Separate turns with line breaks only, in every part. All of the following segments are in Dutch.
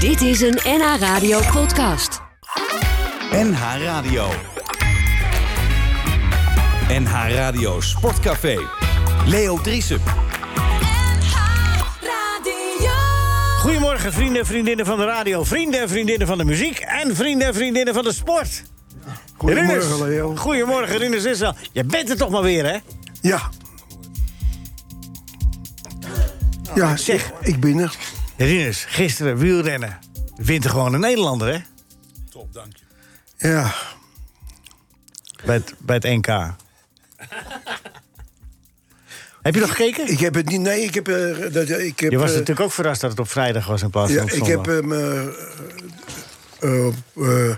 Dit is een NH Radio podcast.
NH Radio. NH Radio Sportcafé. Leo Driesen.
Goedemorgen, vrienden en vriendinnen van de radio, vrienden en vriendinnen van de muziek en vrienden en vriendinnen van de sport. Rinus.
Goedemorgen, Leo.
Goedemorgen, Rinus Israël. Je bent er toch maar weer, hè?
Ja. Ja,
Ah, zeg.
ik, ik ben er.
Rinus, gisteren wielrennen. Wint er gewoon een Nederlander, hè?
Ja.
Bij het, bij het NK. Heb je nog gekeken?
Ik heb het niet. Nee, ik heb. eh, dat, ik heb
Je was
eh,
natuurlijk ook verrast dat het op vrijdag was in plaats van
Ja,
op
ik
zondag.
heb hem. eh, eh, op, eh,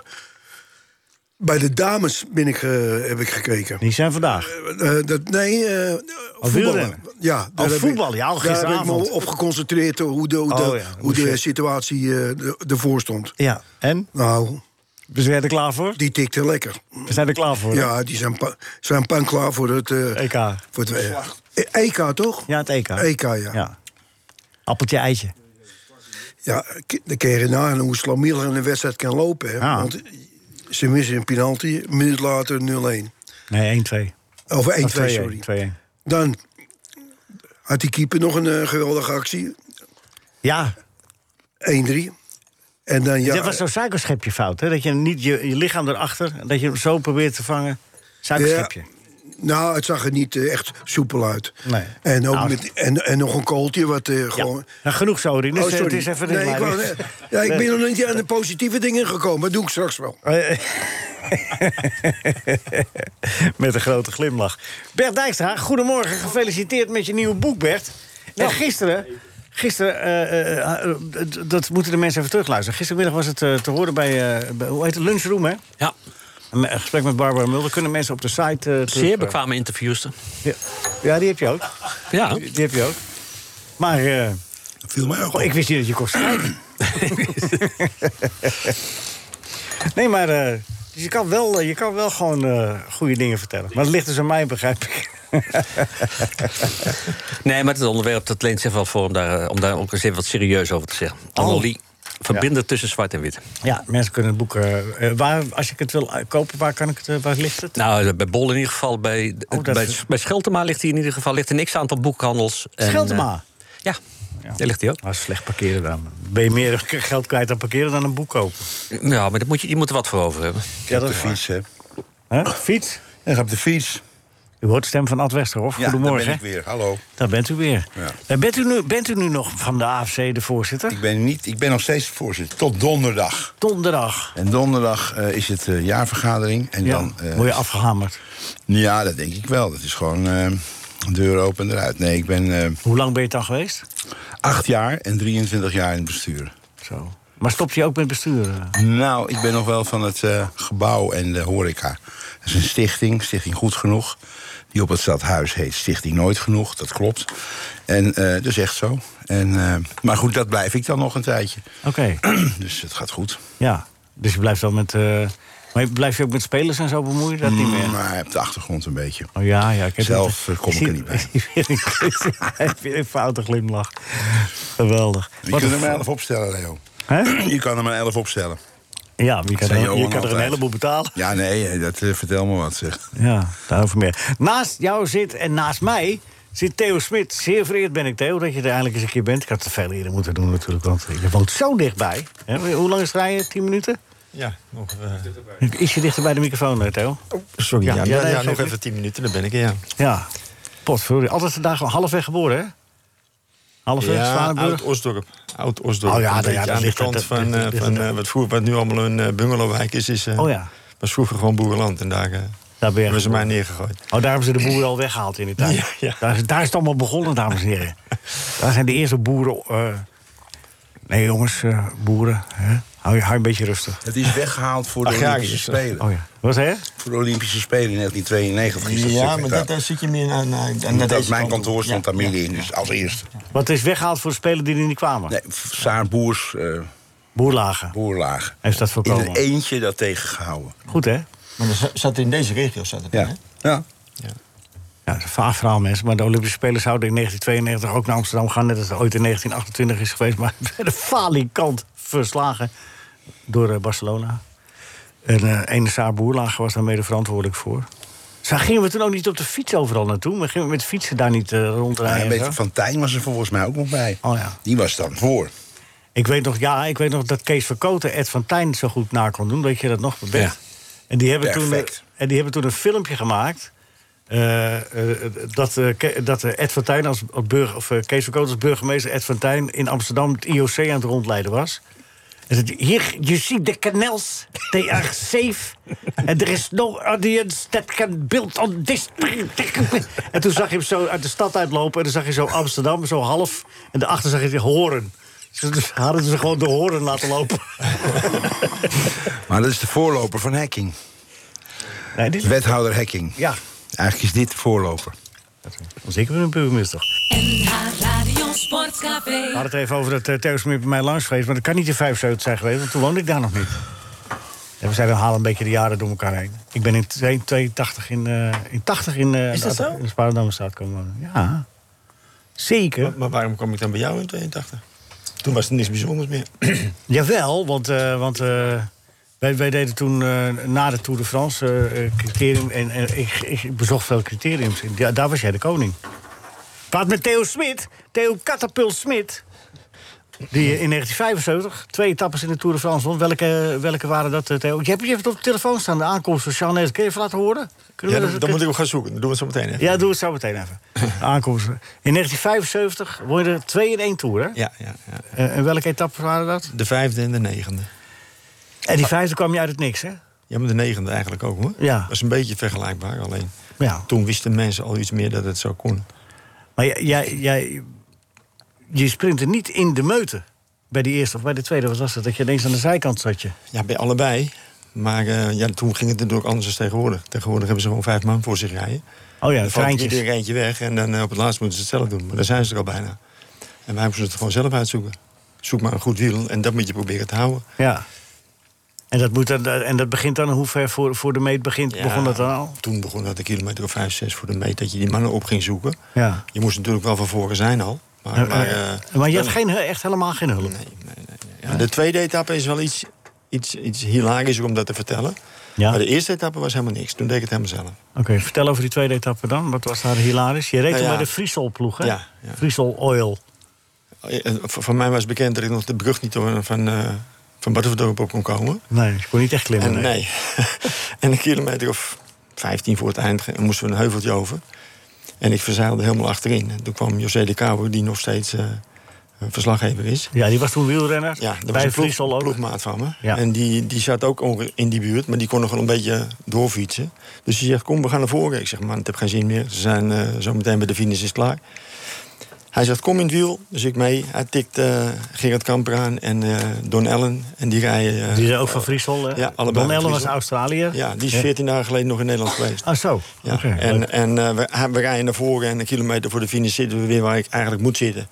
bij de dames ben ik, eh, heb ik gekeken.
Die zijn vandaag.
Eh, dat, nee, eh voetballen.
wielrennen?
Ja, daar heb
voetbal,
ik-
Oh, ja, al
Daar heb ik
gisteravond.
me op geconcentreerd eh, hoe de, hoe de,
Oh ja,
hoe
moest je-
de situatie eh, er- ervoor stond.
Ja, en? Dus
Nou,
We zijn er klaar voor?
die tikte lekker.
We zijn er klaar voor.
Ja, die zijn, pa- zijn pan klaar voor het... eh,
EK.
Voor het eh, EK, toch?
Ja, het EK.
EK, ja. ja.
Ja. Appeltje, eitje.
k- dan kun je nagaan hoe slamielig een wedstrijd kan lopen. Hè?
Ja.
Want ze missen een penalty, een minuut later 0-1.
Nee, 1-2.
Of 1-2,
Of 2-1,
sorry.
2-1.
Dan had die keeper nog een eh, geweldige actie, 1-3.
Ja,
En dan, ja, eh,
dat was zo'n suikerschepje fout. Hè? Dat je niet je, je lichaam erachter, dat je hem zo probeert te vangen. Suikerschepje.
nou, het zag er niet eh, echt soepel uit.
Nee.
En, ook
Nou,
met, en, en nog een kooltje wat eh,
Ja.
gewoon...
Nou, genoeg zo, Rien. Dus,
Oh,
eh,
sorry.
Het is even
nee,
dit
ik,
maar.
wou-
Dus-
nee, ik
Nee.
ben nog niet aan de positieve dingen gekomen. Dat doe ik straks wel.
Eh, met een grote glimlach. Bert Dijkstra, goedemorgen. Gefeliciteerd met je nieuwe boek, Bert. En gisteren, gisteren eh, eh, eh, d- dat moeten de mensen even terugluisteren. Gistermiddag was het eh, te horen bij, eh, bij- hoe heet het, Lunchroom, hè?
Ja,
Een eh, gesprek met Barbara Mulder. Kunnen mensen op de site... eh, terug-
zeer bekwame interviewster.
Ja, ja, die heb je ook.
Ja,
Die heb je ook. Maar eh,
Viel mij ook
oh, ik wist niet dat je kon schrijven. nee, maar eh, dus je, kan wel, eh, je kan wel gewoon eh, goede dingen vertellen. Maar het ligt dus aan mij, begrijp ik.
nee, maar het onderwerp dat leent zich wel voor om daar, eh, om daar ook eens even wat serieus over te zeggen.
Oh.
Annelie, verbinden tussen zwart en wit.
Ja, mensen kunnen het boek... eh, eh, waar, als ik het wil eh, kopen, waar, kan ik het, eh, waar ligt het?
Nou, eh, bij Bol in ieder geval, bij, eh,
Oh, dat
bij,
is-
bij Scheltema ligt hij in ieder geval, ligt een x-aantal boekhandels. En,
Scheltema?
eh, ja, daar ligt hij ook.
Ah, slecht parkeren dan. Ben je meer geld kwijt aan parkeren dan een boek kopen?
Ja, maar dat moet je, je moet er wat voor over hebben.
Ja, dat is waar.
fiets, hè.
Huh? Fiets?
Ik ga op de fiets.
U hoort de stem van Ad Westerhof.
Ja,
Goedemorgen.
Daar ben ik weer. Hallo.
Daar bent u weer.
Ja.
Eh, Bent, u nu, bent u nu nog van de AFC de voorzitter?
Ik ben, niet, ik ben nog steeds voorzitter. Tot donderdag.
Donderdag.
En donderdag eh, is het eh, jaarvergadering. En
Ja,
dan. eh,
word je afgehamerd.
ja, dat denk ik wel. Dat is gewoon eh, deur open en eruit. Nee, ik ben eh,
Hoe lang ben je dan geweest?
acht jaar en 23 jaar in het bestuur.
Zo. Maar stopt je ook met besturen?
Nou, ik ben nog wel van het eh, gebouw en de horeca. Dat is een stichting, Stichting Goed Genoeg. Die op het stadhuis heet Stichting Nooit Genoeg, dat klopt. En eh, dat is echt zo. En, eh, maar goed, dat blijf ik dan nog een tijdje.
Oké,
Dus het gaat goed.
ja. Dus je blijft wel met... eh, Maar je- blijf je ook met spelers en zo bemoeien? Dat niet meer?
Mm, Maar op de achtergrond een beetje.
Oh ja, ja. Ik heb
Zelf, eh, kom ik er
zie-
niet bij.
zie weer een kus. Hij heeft weer een foute glimlach. Geweldig.
Je
Wat
kunt er
een-
maar elf opstellen, Leo.
Hè?
Je kan er maar elf opstellen.
Ja, maar je kan
Zei
er, je
Johan
kan er een
altijd.
heleboel betalen.
Ja, nee, eh, dat, eh, vertel me wat, zeg.
Ja, daarover meer. Naast jou zit en naast mij zit Theo Smit. Zeer vereerd ben ik, Theo, dat je er eindelijk eens een keer bent. Ik had het veel eerder moeten doen natuurlijk, want je woont zo dichtbij. Hè, Hoe lang is het rijden? Tien minuten?
Ja, nog, eh,
Ietsje dichter bij de microfoon, hè, Theo.
sorry.
Ja,
Ja,
ja,
ja,
nee,
ja,
geeft
nog
niet.
even tien minuten, dan ben ik er, ja.
Ja, potverdorie. Altijd de dag halfweg geboren, hè? Halfweg,
Ja,
Zwanenburg.
Oud-Osdorp. Oud-Osdorp.
Oh ja,
Een
ja,
beetje
dat
aan de
ligt-
kant
dat- dat-
van,
dat
eh,
ligt
van
er.
eh, wat, vroeger, wat nu allemaal een eh, bungalowwijk is. is eh,
Oh ja,
Was vroeger gewoon boerenland en daar eh,
daar ben
hebben ze mij
je.
neergegooid.
Oh, daar hebben ze de boeren al weggehaald in de tijd.
Ja, ja.
Daar, is, daar is het allemaal begonnen, dames en heren. Daar zijn de eerste boeren... eh, Nee, jongens, eh, boeren. Hè? Hou, je, hou je een beetje rustig.
Het is weggehaald voor de
Agrarisch.
Olympische Spelen.
Oh ja. Wat zei je?
Voor de Olympische Spelen in 1992 is dat
Ja,
stuk
maar
gedaan.
Dus dat, daar zit je meer aan, aan, aan
Omdat
deze
mijn
kant
kantoor
op.
stond
Ja,
daar midden in, dus als eerste.
Wat is weggehaald voor de spelers die er niet kwamen?
Nee, Saar Boers, eh
Boerlagen.
Boerlaag.
Heeft dat
In
voorkomen.
een eentje dat tegengehouden.
Goed, hè?
Maar dat zat in deze regio. Zat het dan,
Ja.
hè?
ja.
Ja, dat is een vaag verhaal, mensen. Maar de Olympische Spelen zouden in 1992 ook naar Amsterdam gaan. Net als het ooit in 1928 is geweest. Maar bij de falikant verslagen door eh, Barcelona. En eh ene Saar Boerlager was daar mede verantwoordelijk voor. Dus daar gingen we toen ook niet op de fiets overal naartoe. Maar gingen we met fietsen daar niet eh,
Ja, een
rondrijden. en
beetje
zo.
van Tijn was er volgens mij ook nog bij.
Oh ja.
Die was dan voor.
Ik weet nog, ja, ik weet nog dat Kees Verkoten Ed van Tijn zo goed na kon doen. Weet je dat nog? Bert?
Ja.
En, die hebben toen,
Perfect.
en die hebben toen een filmpje gemaakt. eh, eh, dat, eh, Ke- dat eh, Ed van Tijn als, als burger, of eh, Kees Verkoten als burgemeester Ed van Tijn in Amsterdam het IOC aan het rondleiden was. En zei, hij, Hier, je ziet de canals. They are safe. En er is no audience that can build on this. En toen zag je hem zo uit de stad uitlopen. En dan zag je zo Amsterdam, zo half. En daarachter zag je de horen. Ze hadden ze gewoon de horen laten lopen.
Maar dat is de voorloper van hacking.
Nee, dit
Wethouder hacking.
Ja,
Eigenlijk is dit de voorloper.
zeker een burgemeester.
NH Radio Sportcafé.
We hadden het even over dat uh, Theosmeer bij mij langs geweest. Maar dat kan niet in 75 zijn geweest, want toen woonde ik daar nog niet. En we zijn we halen een beetje de jaren door elkaar heen. Ik ben in 2- 82 in, eh in 80 in, eh
Is dat zo?
in de Spaardammestaat komen wonen. Ja, zeker.
Maar waarom kwam ik dan bij jou in 82? Toen was er niks bijzonders meer.
Jawel, want, eh, want eh, wij, wij deden toen eh, na de Tour de France eh, eh, criterium. En, en ik, ik bezocht veel criteriums. En ja, daar was jij de koning. Praat met Theo Smit, Theo Katapult Smit. Die in 1975 twee etappes in de Tour de France won. Welke, welke waren dat, eh, Theo? Je hebt je hebt het op de telefoon staan, de aankomst van Charles. Kun je even laten horen? Kunnen
Ja,
we
dan,
dat-
dan moet ik hem gaan zoeken. Dan doen we het zo meteen. Hè?
Ja, doe het zo meteen even. Aankomst. In 1975 won je er twee in één Tour, hè?
Ja, ja, ja.
Eh, en welke etappes waren dat?
De vijfde en de negende.
En die vijfde kwam je uit het niks, hè?
Ja, maar de negende eigenlijk ook hoor.
Ja.
Dat is een beetje vergelijkbaar. Alleen
Ja.
toen wisten mensen al iets meer dat het zo kon.
Maar jij, jij, jij- je sprintte niet in de meute. Bij die eerste of bij de tweede, wat was het? Dat je ineens aan de zijkant zat je.
Ja, bij allebei. Maar eh, ja, toen ging het natuurlijk anders dan tegenwoordig. Tegenwoordig hebben ze gewoon vijf man voor zich rijden.
Oh ja,
dan valt
treintjes.
iedereen eentje weg en dan eh, op het laatst moeten ze het zelf doen. Maar daar zijn ze er al bijna. En wij moesten het gewoon zelf uitzoeken. Zoek maar een goed wiel en dat moet je proberen te houden.
Ja. En dat, moet dan, en dat begint dan, hoe ver voor, voor de meet begint, begon dat dan al?
Toen begon dat een kilometer of vijf, zes voor de meet dat je die mannen op ging zoeken.
Ja.
Je moest natuurlijk wel van voren zijn al. Maar, maar,
Eh,
eh,
eh, maar je
dan-
hebt geen, echt helemaal geen hulp.
Nee, nee, nee, nee. Ja, de tweede etappe is wel iets, iets, iets hilarisch om dat te vertellen.
Ja.
Maar de eerste etappe was helemaal niks. Toen deed ik het helemaal zelf.
Oké, vertel over die tweede etappe dan. Wat was daar hilarisch? Je reed
Nou
toen
ja.
bij de Friesel-ploeg, hè?
Ja, ja.
Friesel Oil.
Eh, eh, Voor voor mij was bekend dat ik nog de brug niet door- van, eh van Badhoevedorp op kon komen.
Nee, ik kon niet echt klimmen.
En,
nee.
nee. en een kilometer of 15 voor het eind ge- moesten we een heuveltje over. En ik verzeilde helemaal achterin. En toen kwam José de Cabo, die nog steeds eh, een verslaggever is.
Ja, die was toen wielrenner.
Ja, dat was
bij
een ploeg-
Friesel ook.
ploegmaat van me.
Ja.
En die, die zat ook onge- in die buurt, maar die kon nog wel een beetje doorfietsen. Dus die zegt, kom, we gaan naar voren. Ik zeg, man, het heb geen zin meer. Ze zijn eh, zo meteen bij de finish, is het klaar. Hij zegt, kom in het wiel. Dus ik mee. Hij tikt eh, Gerard Kamper aan en eh, Don Ellen. En die rijden... eh,
Die zijn ook van Friesel. hè?
Ja, allebei
Don
van
Ellen was
Friesel.
Australiër.
ja, die is 14 dagen geleden nog in Nederland geweest.
Ah, zo.
Ja,
Oké, leuk.
en en eh, we, hij- we rijden naar voren en een kilometer voor de finish zitten we weer waar ik eigenlijk moet zitten.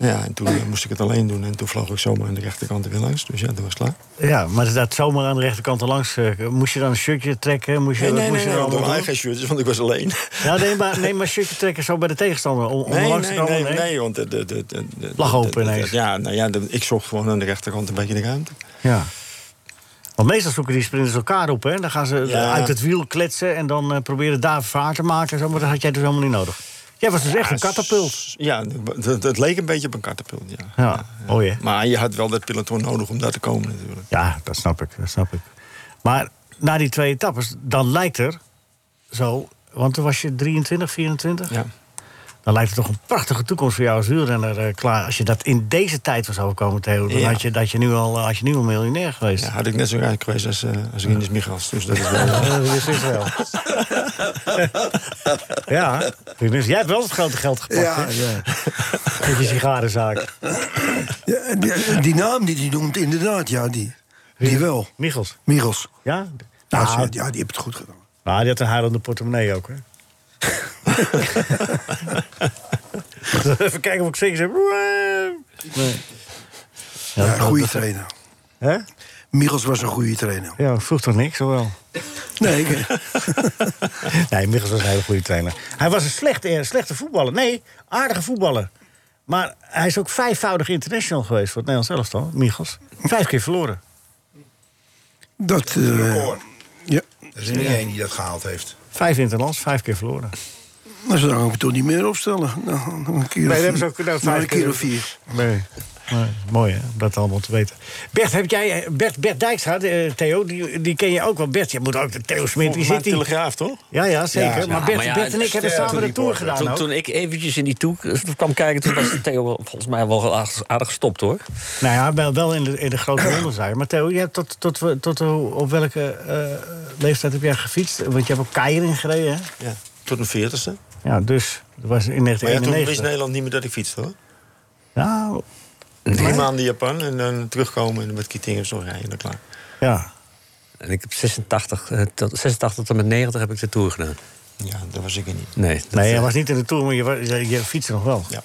Ja, en toen eh, moest ik het alleen doen en toen vloog ik zomaar aan de rechterkant er weer langs. Dus ja, dat was klaar.
Ja, maar dat zomaar aan de rechterkant langs. eh, moest je dan een shirtje trekken? Moest je,
Nee,
wat
nee,
moest
nee,
je
nee,
dan
ik
allemaal
had
doen?
geen shirtjes, want ik was alleen.
Ja, nee, maar, nee, maar shirtje trekken zo bij de tegenstander. Om, om
Nee,
langs te
nee,
komen,
nee, nee, want... De, de, de, de, de-
Lag open
de- de-
ineens.
Ja, nou ja, de- ik zocht gewoon aan de rechterkant een beetje de ruimte.
Ja. Want meestal zoeken die sprinters elkaar op, hè? Dan gaan ze
Ja.
uit het wiel kletsen en dan eh, proberen daar vaart te maken. en Zo, maar dat had jij dus helemaal niet nodig. Jij was dus echt een katapult.
Ja, dat, dat leek een beetje op een katapult, ja.
Ja, mooi hè?
Maar je had wel dat peloton nodig om daar te komen natuurlijk.
Ja, dat snap ik, dat snap ik. Maar na die twee etappes, dan lijkt er zo... Want toen was je 23, 24?
Ja.
Dan lijkt het toch een prachtige toekomst voor jou als wielrenner eh, klaar. Als je dat in deze tijd was overkomen, Theo, dan
Ja.
had, je, dat je nu al, eh, had je nu al miljonair geweest.
Ja, had ik net zo rijk geweest als, eh als Rinus Michels. Dus dat is wel...
Eh, dat is wel. ja, dus jij hebt wel het grote geld gepakt,
Ja,
hè? Met je sigarenzaak.
Ja, en die, en die naam die die noemt, inderdaad, ja, die, die wel.
Michels,
Michels.
ja?
Ja, ze-
Nou,
ja, die hebben het goed gedaan.
nou, die had een haar aan de portemonnee ook, hè? Even kijken of ik zing zeg. Nee. Ja,
Ja,
dat-
een goede
dat-
trainer.
Hè?
Michels was een goede trainer.
Ja, ik vroeg toch niks, hoor wel.
Nee, ik-
Nee, Michels was een hele goede trainer. Hij was een slechte, eh, slechte voetballer. Nee, aardige voetballer. Maar hij is ook vijfvoudig international geweest voor het Nederlands elftal, Michels. Vijf keer verloren.
Dat, eh,
Record.
ja,
Er is er niet één die dat gehaald heeft.
Vijf interlands, vijf keer verloren.
dan zou ik me toch niet meer opstellen. Nou, nog een keer of-
nou,
nou, een keer of vier.
Nee. Nee, mooi hè, om dat allemaal te weten. Bert, heb jij, eh, Bert, Bert Dijkstra, eh, Theo, die, die ken je ook wel. Bert, je moet ook... Theo Smit, die
Volgens mij
zit hier.
Telegraaf, toch?
Ja, ja, zeker.
Ja,
maar, Bert,
maar ja,
Bert en ik hebben
ster-
samen de tour
reporter.
gedaan
Toen,
ook.
toen ik eventjes in die toek kwam kijken, toen was Theo wel- volgens mij wel aardig, aardig gestopt hoor.
Nou ja, wel, wel in de, in de grote ronde zijn. Maar Theo, jij hebt tot, tot, we- tot hoe- op welke eh, leeftijd heb jij gefietst? Want je hebt ook keiering gereden, hè?
Ja, tot mijn veertigste.
Ja, dus dat was in
Maar ja, toen wist
1991.
Nederland niet meer dat ik fietste, hoor.
Nou,
Drie maanden Japan en dan terugkomen en met Kittingers nog rijden, dan klaar.
ja.
En ik heb 86, eh, tot, 86 tot en met 90 heb ik de tour gedaan.
Ja, dat was ik er niet.
Nee, dat,
Nee,
eh,
jij was niet in de tour, maar je, wa- je, je fietste nog wel.
Ja.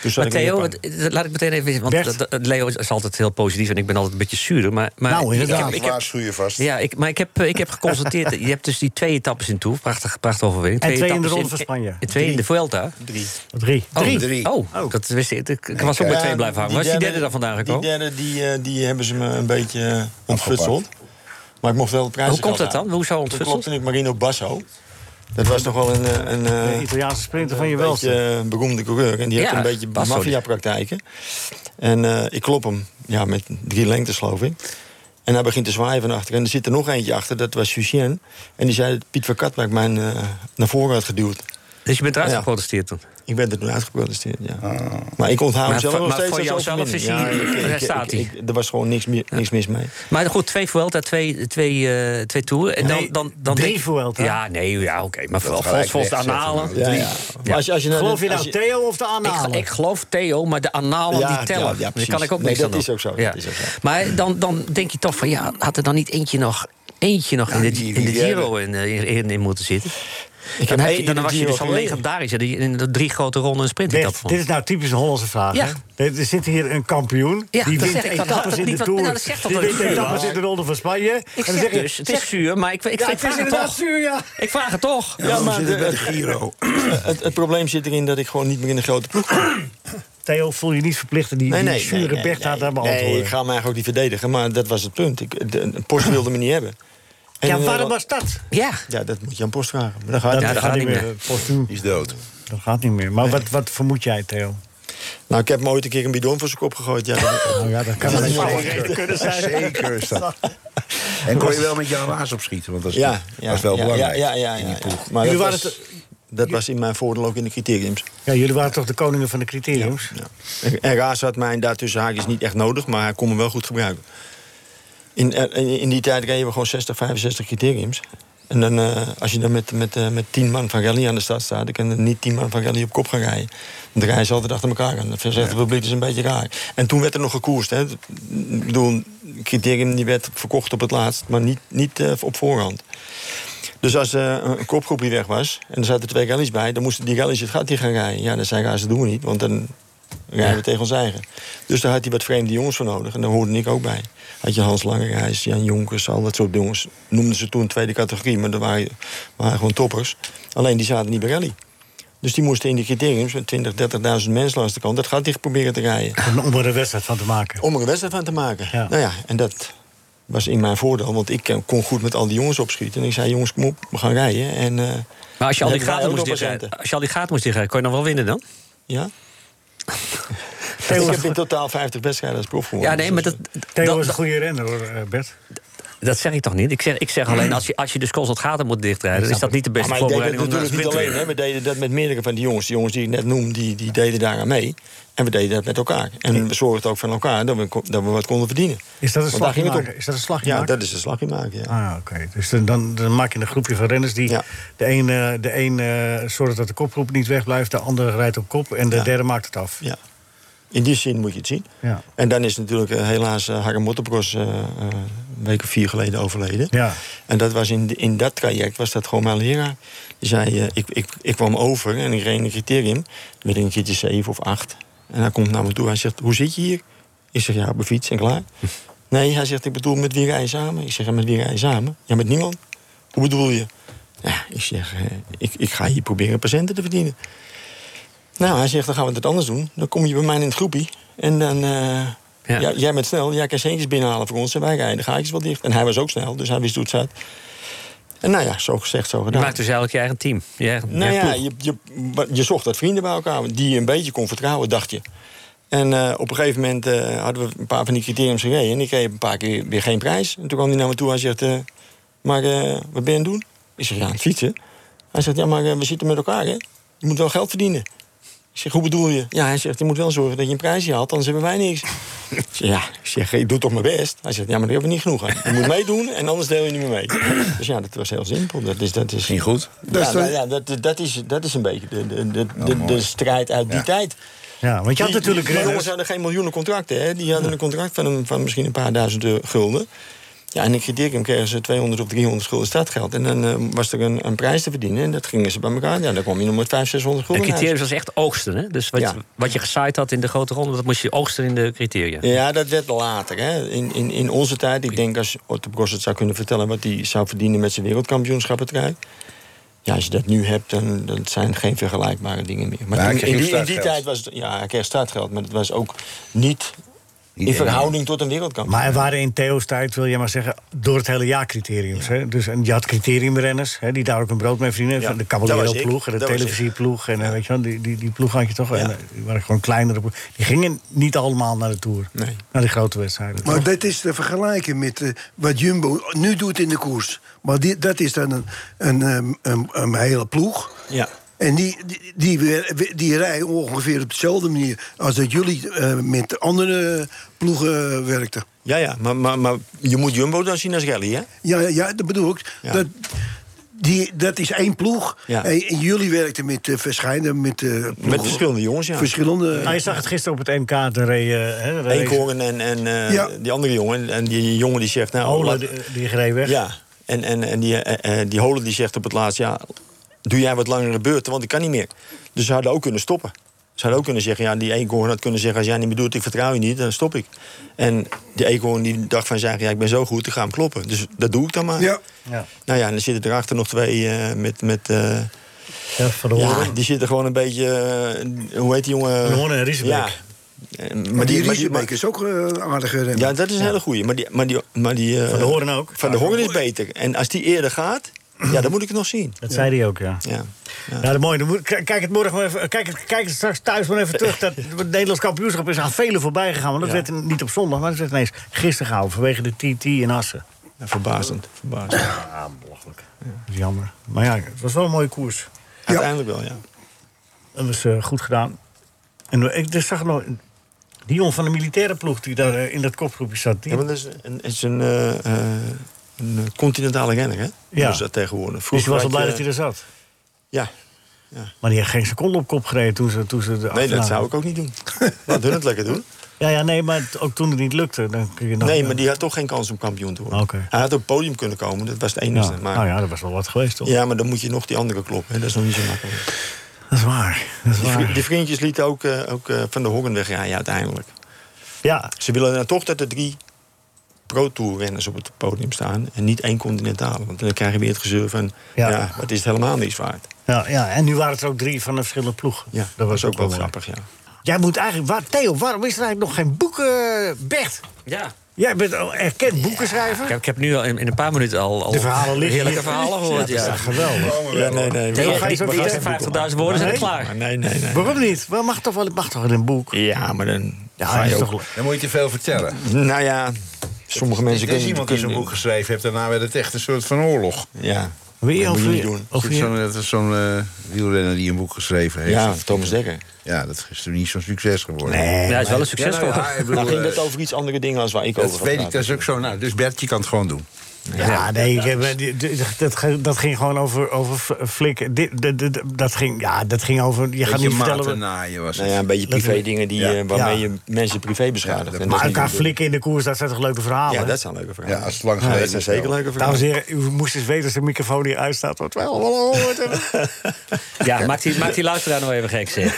Toen zat ik
Maar
in
Theo,
Japan.
het- het- laat ik meteen even... Want
Bert?
dat- dat- Leo is, is altijd heel positief en ik ben altijd een beetje zuurder. Maar, maar
Nou, inderdaad.
Ik heb, ik heb,
waarschuw je vast.
ja, ik, maar ik heb, eh, ik heb geconstateerd... dat je hebt dus die twee etappes in Tour. Prachtig, prachtig overwinning.
En twee in de
etappes
Ronde van Spanje.
en twee in de Vuelta.
Drie.
Drie.
Oh,
Drie.
Drie.
Oh, dat wist ik. Ik, ik was ook bij
Ja,
twee blijven hangen. Waar is die derde dan vandaan
eh,
gekomen?
Die derde, die, eh, die hebben ze me een beetje eh, ontfutseld. Maar ik mocht wel de prijs
Hoe komt dat dan? Hoezo
Toen
ontfutseld?
klopte ik Marino Basso. Dat was toch wel een, eh, een, eh,
De Italiaanse sprinter van je
een
welste.
beetje eh, beroemde coureur. En die heeft
Ja,
een beetje
Basso.
maffiapraktijken. En eh, ik klop hem ja, met drie lengtes, geloof ik. En hij begint te zwaaien van achter. En er zit er nog eentje achter, dat was Lucien. En die zei dat Piet van Katwijk mij eh, naar voren had geduwd.
Dus je bent eruit
Ja.
geprotesteerd toen?
Ik ben er toen uitgeprotesteerd, ja. Maar ik onthoud hem
Maar
zelf
voor-
nog
maar
steeds
voor
als
jouzelf is hij-
overwinning. Ja, ik-
daar
ik-
staat
ik-
hij.
ik- Er was gewoon niks, meer, niks mis mee.
Maar goed, twee Vuelta, twee, twee, eh, twee Tour. En dan,
Nee,
dan, dan
drie
denk-
Vuelta.
Ja, nee, ja, oké. maar vol- volgens,
gelijk
volgens de
wegzetten,
analen...
man.
Ja, ja. Maar Als je, als je naar
Geloof
de-
je
als
nou Theo of de
Ik,
aanhalen?
ik geloof Theo, maar de analen
Ja,
die tellen.
ja, ja,
Daar
precies.
kan ik ook
Nee,
niks
dat
aan doen.
is ook zo,
Ja.
dat is ook zo.
Maar dan, dan denk je toch van, ja, had er dan niet eentje nog, eentje nog in, de,
die-
in de
die
Giro in, eh, in, in moeten zitten?
Ik
dan
heb
heb je,
één
dan
in de
was je
Giro
dus al
gereden.
legendarisch. hè, die- In de drie grote ronden een sprint.
Bert, dit is nou typisch een Hollandse vraag.
Ja.
hè? Er er zit hier een kampioen.
Ja,
die
dat
wint
zeg ik, dat had
etappes
ik
in de
niet wat-
Tour.
nou, dat zegt toch
die
wel
wint
iets.
etappes in de Ronde van Spanje.
nou-
Ik
En dan
zeg
je-
dus, het
zeg-
is zuur, maar ik, ik,
Ja,
ik
het
vraag
is
het
inderdaad
toch.
zuur, ja.
Ik vraag het toch.
Ja,
maar
maar
de-
het bij de Giro.
Het, het probleem zit erin dat ik gewoon niet meer in de grote ploeg kom.
Theo, voel je niet verplicht om die, die zure Bert daar te beantwoorden.
Nee, ik ga hem eigenlijk ook niet verdedigen. Maar dat was het punt. Ik, de, de Post wilde me niet hebben. En
ja,
dan-
waarom was dat?
Ja.
Ja, dat moet je aan Post vragen. Maar dat gaat
dat
niet.
gaat niet
eh, postuum.
Die is dood.
Dat gaat niet meer. Maar wat, wat vermoed jij, Theo?
Nou, ik heb hem ooit een keer een bidon voor zijn kop gegooid. Ja, dat-
Nou ja, dat kan alleen maar reden kunnen zijn.
Zeker is dat. En kon je wel met Jan Raas opschieten, want dat is,
ja,
dat is wel
ja,
belangrijk.
Ja, ja, ja. ja, ja. Maar dat
Jullie waren
was, dat was in mijn voordeel ook in de criteriums.
Ja, jullie waren toch de koningen van de criteriums?
En- En Raas had mij daartussen haakjes niet echt nodig, maar hij kon me wel goed gebruiken. In, eh, in in die tijd reden we gewoon 60, 65 criteriums. En dan, eh, als je dan met, met, eh, met 10 man van rally aan de start staat, dan kan er niet 10 man van rally op kop gaan rijden. Want dan rijden ze altijd achter elkaar aan. Dat zegt het publiek dat is een beetje raar. En toen werd er nog gekoerst. Hè. Ik bedoel, criterium die werd verkocht op het laatst, maar niet, niet eh, op voorhand. Dus als eh, een kopgroep hier weg was en er zaten twee rallies bij, dan moesten die rallies het gat in gaan rijden. Ja, dan zei ik, ah, dat doen we niet, want dan rijden we tegen ons eigen. Dus daar had hij wat vreemde jongens voor nodig en daar hoorde ik ook bij. Had je Hans Langerijs, Jan Jonkers, al dat soort jongens. Noemden ze toen tweede categorie, maar dat waren, waren gewoon toppers. Alleen die zaten niet bij rally. Dus die moesten in die criteriums met 20, 30.000 mensen langs de kant dat gat dicht proberen te rijden.
Ah.
Om- Om er een wedstrijd van te maken.
Om er een wedstrijd van te maken.
Ja.
Nou ja, en dat was in mijn voordeel, want ik eh, kon goed met al die jongens opschieten. En ik zei, jongens, kom op, we gaan rijden. En, eh,
Maar als je, al
dan hebben wij
die gaten
ook
moest
nog
dichtrijden,
patiënten.
als je al die gaten moest dichtrijden, kon je nog wel winnen dan?
Ja? ik heb in totaal 50 wedstrijden als prof gewonnen.
Ja, nee, maar
Dus,
dat,
eh,
Theo
dat,
is een goede renner, hoor, eh, Bert.
dat zeg ik toch niet. Ik zeg, ik zeg alleen, als je, als je dus constant gaten moet dichtrijden, is dat niet de beste
maar ik deed dat
voorbereiding om naar een
natuurlijk niet
sprint
alleen.
te winnen.
Hè. We deden dat met meerdere van die jongens. Die jongens die ik net noem, die, die deden daar aan mee. En we deden dat met elkaar. En we zorgden ook van elkaar dat we, ko- dat we wat konden verdienen.
Is dat een
Want daar
slagje
ging het om.
maken? Is dat een slagje
Ja,
maken?
dat is een slagje maken, ja.
Ah, oké. Dus dan, dan, dan maak je een groepje van renners die
Ja.
de een, eh, de een eh, zorgt dat de kopgroep niet wegblijft, de andere rijdt op kop en de
Ja.
derde maakt het af.
ja. In die zin moet je het zien.
Ja.
En dan is natuurlijk eh, helaas eh, Harry Motterbros eh, eh, een week of vier geleden overleden.
Ja.
En dat was in, in dat traject was dat gewoon mijn leraar. Die zei, eh, ik, ik, ik kwam over en ik reed in een criterium. Met een keertje zeven of acht. En hij komt naar me toe. Hij zegt, hoe zit je hier? Ik zeg, ja, op mijn fiets en klaar. nee, hij zegt, ik bedoel, met wie rij je samen? Ik zeg, ja, met wie rij je samen? Ja, met niemand. Hoe bedoel je? Ja, ik zeg, eh, ik, ik ga hier proberen patiënten te verdienen. Nou, hij zegt, dan gaan we het anders doen. Dan kom je bij mij in het groepie. En dan... eh,
Ja.
ja, jij bent snel, jij kan centjes binnenhalen voor ons. En wij gaan de gaatjes wel dicht. En hij was ook snel, dus hij wist hoe het zat. En nou ja, zo gezegd, zo
Je
gedaan.
maakt dus eigenlijk je eigen team. Je eigen,
Nou
je
ja,
eigen
je, je, je zocht wat vrienden bij elkaar die je een beetje kon vertrouwen, dacht je. En eh, op een gegeven moment eh, hadden we een paar van die criteriums gereden. En ik kreeg een paar keer weer geen prijs. En toen kwam hij naar me toe en zegt: eh, Maar eh, wat ben je aan het doen? Ik zeg: Ja, aan het fietsen. Hij zegt: Ja, maar eh, we zitten met elkaar, hè? Je moet wel geld verdienen. Ik zeg: Hoe bedoel je? Ja, hij zegt: Je moet wel zorgen dat je een prijsje haalt, anders hebben wij niks. ik zeg, ja, ik zeg: Ik doe toch mijn best. Hij zegt: Ja, maar daar hebben we niet genoeg aan. Je moet meedoen en anders deel je niet meer mee. dus ja, dat was heel simpel. Dat is, dat is,
Ging goed.
ja,
Oh,
Dat is
nou
dan-
ja, dat, dat, is, dat is een beetje de, de, de, de, de strijd uit die
Ja.
tijd.
Ja, want je had
Die-
natuurlijk
Die jongens
renners.
hadden geen miljoenen contracten. Hè? Die hadden een contract van, een- van misschien een paar duizend eh, gulden. Ja, en ik kritiek hem kregen ze 200 of 300 gulden startgeld. En dan eh, was er een, een prijs te verdienen. En dat gingen ze bij elkaar. Ja, dan kwam je nog met 500, 600
ploeg.
gulden.
En criterium was echt oogsten, hè? Dus wat,
Ja.
wat je gezaaid had in de grote ronde, dat moest je oogsten in de criteria.
Ja, dat werd later. Hè. In, in, in onze tijd, ik denk als Otto Bos het zou kunnen vertellen... wat hij zou verdienen met zijn wereldkampioenschappen Ja, als je dat nu hebt, dan, dan zijn geen vergelijkbare dingen meer. Maar
Maar hij
toen-
kreeg
in,
ook
die, in die
startgeld.
tijd was het... Ja, hij kreeg startgeld, maar het was ook niet in
één.
verhouding tot een wereldkampioen.
Maar er waren in Theo's tijd, wil je maar zeggen, door het hele jaar criteriums. Hè? Dus, en je had criteriumrenners, hè, die daar ook een brood mee verdienen.
Ja,
Van De
dat was ik.
Caballero-ploeg en de
Dat was ik.
televisieploeg. En eh, weet je wel, die, die, die ploeg had je toch. En,
Ja.
eh, die waren gewoon kleinere ploeg. Die gingen niet allemaal naar de Tour.
Nee.
Naar die grote wedstrijden.
Maar dat is te vergelijken met eh, wat Jumbo nu doet in de koers. Maar die, dat is dan een, een, ehm, een, een hele ploeg.
Ja.
En die, die, die, weer- die rijden ongeveer op dezelfde manier als dat jullie eh, met andere ploegen werkten.
Ja, ja, maar, maar, maar je moet Jumbo dan zien als rally, hè?
Ja, ja, ja, dat bedoel ik.
Ja.
Dat, die, dat is één ploeg.
Ja.
En, en jullie werkten met eh, verschillende... Met, eh, ploegen.
verschillende jongens, ja.
Verschillende...
Nou, je zag het gisteren op het NK. De re, eh, hè, de
Eekhoorn en, en eh,
Ja.
die andere jongen. En die jongen die zegt... Nou,
Ole,
laat-
die, die reed weg.
Ja, en, en, en die, eh, eh, die Holen die zegt op het laatst... ja, doe jij wat langere beurten, want ik kan niet meer. Dus ze hadden ook kunnen stoppen. Ze hadden ook kunnen zeggen, ja, die eekhoorn had kunnen zeggen... als jij niet meer doet, ik vertrouw je niet, dan stop ik. En die eekhoorn die dacht van zeggen, ja, ik ben zo goed, ik ga hem kloppen. Dus dat doe ik dan maar.
Ja.
Ja.
Nou ja, en dan zitten erachter nog twee eh, met... met eh,
Ja, van de
ja,
Hoorn.
die zitten gewoon een beetje... eh, hoe heet die jongen?
Van Hoorn en Riesebeek.
Ja. Eh,
Maar die,
maar
Riesebeek is ook eh, een aardige renner.
ja, dat is een hele goeie. Maar die, maar die, maar die, eh,
Van de Hoorn ook.
Van de Hoorn is beter. En als die eerder gaat, ja, dan moet ik het nog zien.
Dat zei hij ook, ja.
Ja. Ja.
Ja, dat mooi. Dan moet- k- Kijk het, morgen maar even, kijk, het, kijk het straks thuis maar even terug. Dat, het Nederlands kampioenschap is aan velen voorbij gegaan. Want dat
Ja.
werd niet op zondag, maar dat werd ineens gisteren gehouden. Vanwege de TT in Assen.
Ja, verbazend. verbazend.
Ja, belachelijk. Dat is jammer. Maar ja, het was wel een mooie koers.
Uiteindelijk wel, ja.
Dat was eh, goed gedaan. En ik dus zag nog... Dion van de militaire ploeg die daar eh, in dat kopgroepje zat. Die,
ja maar dat is een, het is een, eh, eh, een continentale renner, hè?
Ja.
Dus dat tegenwoordig.
dus je was
al
wel blij dat hij er zat.
Ja.
Maar die had geen seconde op kop gereden toen ze, toen ze de
Nee,
afname.
dat zou ik ook niet doen. Laat hun het lekker doen.
Ja, ja, nee, maar het- ook toen het niet lukte, dan kun je nog...
Nee, maar die had toch geen kans om kampioen te worden.
Nou, Oké.
Hij had op het podium kunnen komen, dat was het enige.
Ja.
dus, Maar,
Nou ja, dat was wel wat geweest, toch?
ja, maar dan moet je nog die andere kloppen. Hè? Dat is nog niet zo makkelijk.
Dat is waar. Dat is
Die, vri-
waar.
die vriendjes lieten ook, eh, ook eh, van de Hoggen wegrijden uiteindelijk.
Ja,
Ze willen dan toch dat er drie Pro Tour renners op het podium staan en niet één continentale. Want dan krijg je weer het gezeur van,
Ja.
ja, wat is het helemaal niks waard.
ja, ja, en nu waren het er ook drie van de verschillende ploegen.
Ja, dat was ook wel grappig, ja.
mooi. Jij moet eigenlijk... Waar, Theo, waarom is er eigenlijk nog geen boek, eh, Bert?
Ja.
Jij bent al erkend boekenschrijver.
Ik heb, ik heb nu al in, in een paar minuten al, al
De verhalen liggen
heerlijke
hier.
verhalen gehoord. Ja,
Ja, geweldig.
Ja, nee, nee.
Theo,
Maar ga je zo
die-
vertellen?
50.000 woorden zijn er
Nee.
klaar.
Nee, nee, nee.
Waarom niet? Wel, mag toch wel mag toch in een boek?
Ja, maar dan...
Ja, is toch...
Dan moet je te veel vertellen.
Nou ja, sommige mensen
Er is
kunnen...
iemand die zo'n boek geschreven heeft, daarna werd het echt een soort van oorlog.
Ja.
Wil je
Dat moet je
over...
niet doen.
Of
over je-
zo'n dat is zo'n eh, wielrenner die een boek geschreven heeft.
Ja,
Ja,
Thomas Dekker.
dat is toen niet zo'n succes geworden.
Ja, hij is wel een
Ja,
succesvol.
nou ja, ik bedoel,
Nou ging
eh,
dat over iets andere dingen als waar ik over
dat
ga
weet ik,
praten.
dat is ook zo. Nou, dus Bert, je kan het gewoon doen.
Ja, nee, ik heb- die- die- dat, ging- dat ging gewoon over, over f- flikken. Dit- dit- dit- dat, ging, ja, dat ging over... Je gaat
Beetje
niet vertellen...
maten
wat-
naaien was het.
Nou ja, een beetje privé dingen die,
Ja.
eh, waarmee
Ja.
je mensen privé beschadigt.
dat
En dat
Maar
is niet
elkaar
de bedoeling.
flikken in de koers, dat zijn toch leuke verhalen?
Ja, dat zijn leuke vragen.
Ja, als het lang
Ja,
geleden
dat zijn
is
zeker
wel.
leuke vragen.
Dames en heren, u moest eens weten als de microfoon hier uitstaat. Wat wel allemaal gehoord hebben.
Ja, maakt die, maakt die luisteraar nou even gek, zeg.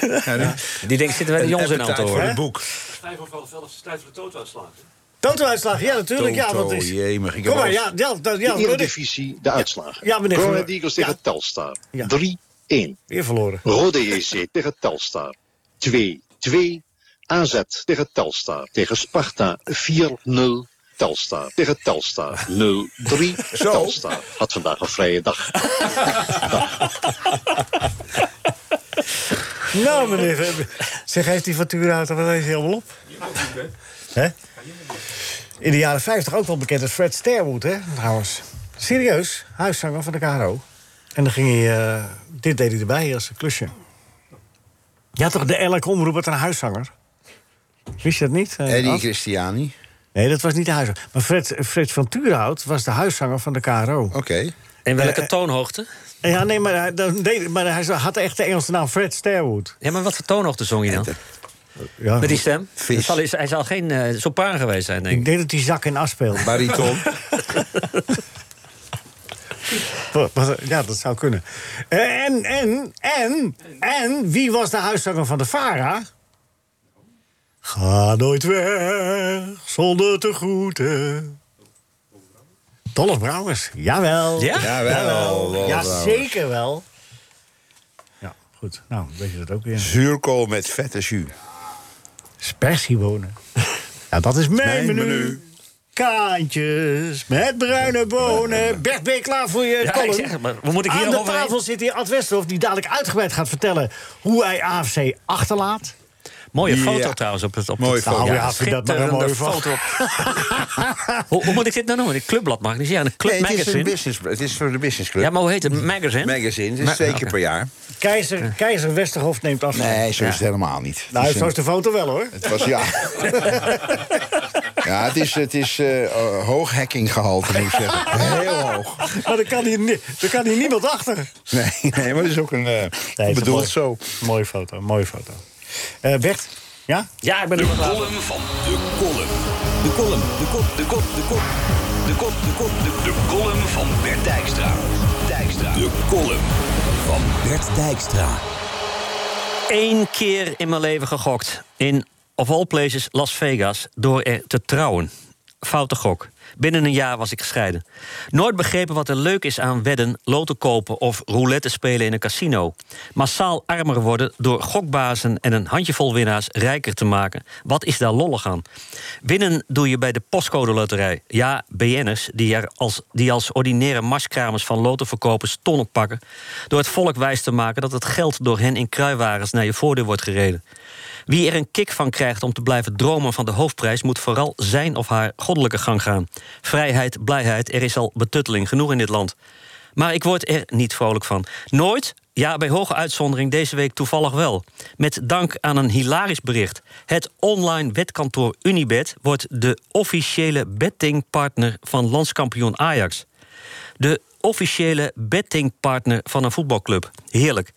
Die denkt, zitten wij de jongens in aan te
appetite voor
horen?
een boek.
Vijf of half elf is het tijd voor de tootuitslag. hè?
Toto-uitslag, ja, natuurlijk. Ja,
Toto,
wat is...
jemig, ik
Kom
heb
maar,
alles-
ja, ja, dat- ja,
de
dat-
Eredivisie, de uitslagen.
ja, meneer
Go Ahead
Vermeulen.
Eagles tegen
Ja.
Telstar.
Ja.
3-1. 1.
Weer verloren.
Rode JC tegen Telstar 2-2. AZ tegen Telstar tegen Sparta 4-0. Telstar tegen Telstar 0-3. Telstar had vandaag een vrije dag.
Nou, meneer. Verbe- Zeg, heeft die factuur uit, wat is helemaal op? Hè? In de jaren 50 ook wel bekend als Fred Sterwood, hè? Trouwens. Serieus, huiszanger van de KRO. En dan ging hij. eh, dit deed hij erbij als een klusje. Je had toch de eerlijke omroep met een huiszanger? Wist je dat niet? eh,
Eddie
Ad?
Christiani.
Nee, dat was niet de huiszanger. Maar Fred, Fred van Turenhout was de huiszanger van de KRO.
Oké.
En welke toonhoogte?
Ja, nee, maar hij, dat deed- maar hij had echt de Engelse naam Fred Sterwood.
Ja, maar wat voor toonhoogte zong je dan?
Ja.
Met die stem?
Vis.
Het zal is- hij zal geen eh sopraan geweest zijn, denk
Ik
ik.
denk dat hij zak in as speelde.
Bariton.
Wat- wat- Ja, dat zou kunnen. Eh, En, en, en, en, wie was de huiszanger van de Vara? Ga nooit weg zonder te groeten. Dolf Brouwers, jawel.
Ja?
Jawel, Dolf
Ja,
Brouwers.
zeker wel. Ja, goed. Nou, weet je dat ook weer.
Zuurkool met vette jus.
Spersiebonen. Ja, dat is mijn, menu. Kaantjes met bruine bonen. Bert, ben je klaar voor je
Ja,
column?
ik zeg het maar. Hoe moet ik hier
Aan
nog
de
overheen?
tafel zit hier Ad Westerhof... die dadelijk uitgebreid gaat vertellen hoe hij AFC achterlaat.
Mooie
Ja.
foto trouwens op het op
Mooie
het-
foto.
Nou, ja, vind dat maar een mooie
schitterende hoe, hoe moet ik dit nou noemen? Een clubblad mag ik niet zeggen. Een club
Nee, het is, een
magazine.
business, het is voor de businessclub.
Ja, maar hoe heet het? Magazine?
Magazine, het is
Ma-
twee
oké.
keer per jaar.
Keizer, Keizer Westerhof neemt afstand.
Nee, zo is het helemaal niet. Het
Nou,
is
zo
een-
is de foto wel, hoor.
Het was ja. ja, het is, het is eh, eh, hoog hackinggehalte, moet ik zeggen. Heel hoog.
Maar daar kan hier, ni- daar kan hier niemand achter.
Nee, nee, maar het is ook een. eh,
Nee, het is
bedoeld
mooi.
zo.
Mooie foto, mooie foto. Eh, Bert, ja?
Ja, ik ben er wel klaar voor.
Column van de column. De column, de kop, de kop, de kop. De kop, de kop, de De column van Bert Dijkstra. Dijkstra. De column van Bert Dijkstra.
één keer in mijn leven gegokt. In, of all places, Las Vegas. Door er te trouwen. Foute gok. Binnen een jaar was ik gescheiden. Nooit begrepen wat er leuk is aan wedden, loten kopen of roulette spelen in een casino. Massaal armer worden door gokbazen en een handjevol winnaars rijker te maken. Wat is daar lollig aan? Winnen doe je bij de postcode loterij. Ja, BN'ers die, er als, die als ordinaire maskramers van lotenverkopers tonnen pakken... door het volk wijs te maken dat het geld door hen in kruiwagens naar je voordeur wordt gereden. Wie er een kick van krijgt om te blijven dromen van de hoofdprijs... moet vooral zijn of haar goddelijke gang gaan. Vrijheid, blijheid, er is al betutteling genoeg in dit land. Maar ik word er niet vrolijk van. Nooit, ja, bij hoge uitzondering deze week toevallig wel. Met dank aan een hilarisch bericht. Het online wetkantoor Unibed wordt de officiële bettingpartner van landskampioen Ajax. De officiële bettingpartner van een voetbalclub. Heerlijk.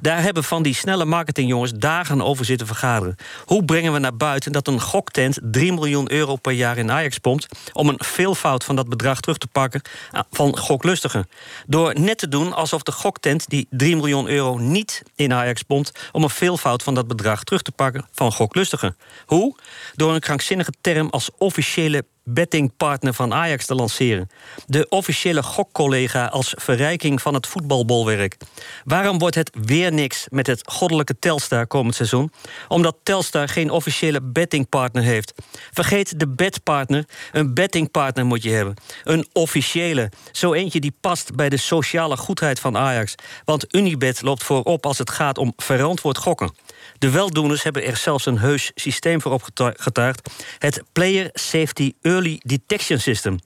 Daar hebben van die snelle marketingjongens dagen over zitten vergaderen. Hoe brengen we naar buiten dat een goktent 3 miljoen euro per jaar in Ajax pompt... om een veelvoud van dat bedrag terug te pakken ah, van goklustigen? Door net te doen alsof de goktent die 3 miljoen euro niet in Ajax pompt... om een veelvoud van dat bedrag terug te pakken van goklustigen. Hoe? Door een krankzinnige term als officiële bettingpartner van Ajax te lanceren. De officiële gokcollega als verrijking van het voetbalbolwerk. Waarom wordt het weer niks met het goddelijke Telstar komend seizoen? Omdat Telstar geen officiële bettingpartner heeft. Vergeet de bedpartner. Een bettingpartner moet je hebben. Een officiële. Zo eentje die past bij de sociale goedheid van Ajax. Want Unibet loopt voorop als het gaat om verantwoord gokken. De weldoeners hebben er zelfs een heus systeem voor opgetuigd: het Player Safety Early Detection System.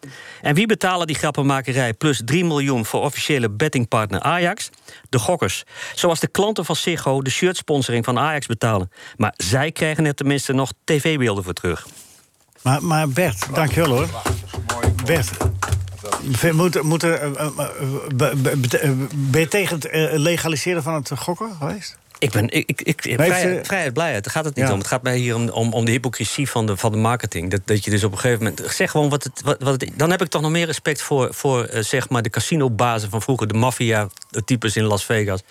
En wie betalen die grappenmakerij plus 3 miljoen voor officiële bettingpartner Ajax? De gokkers. Zoals de klanten van Ziggo de shirtsponsoring van Ajax betalen. Maar zij krijgen er tenminste nog tv-beelden voor terug.
Maar, maar Bert, dankjewel hoor. Bert. we Moeten moet er, eh, eh, be- be- bete- eh, ben je tegen het eh, legaliseren van het gokken geweest?
Ik ben. Ik, ik, ik-
Maar
vrijheid,
heeft ze-
vrijheid, blijheid. Daar gaat het niet
Ja.
om. Het gaat mij hier om, om, om de hypocrisie van de, van de marketing. Dat, dat je dus op een gegeven moment. Zeg gewoon wat het. Wat, wat het- dan heb ik toch nog meer respect voor, voor eh, zeg maar de casinobazen van vroeger. De maffia-types in Las Vegas.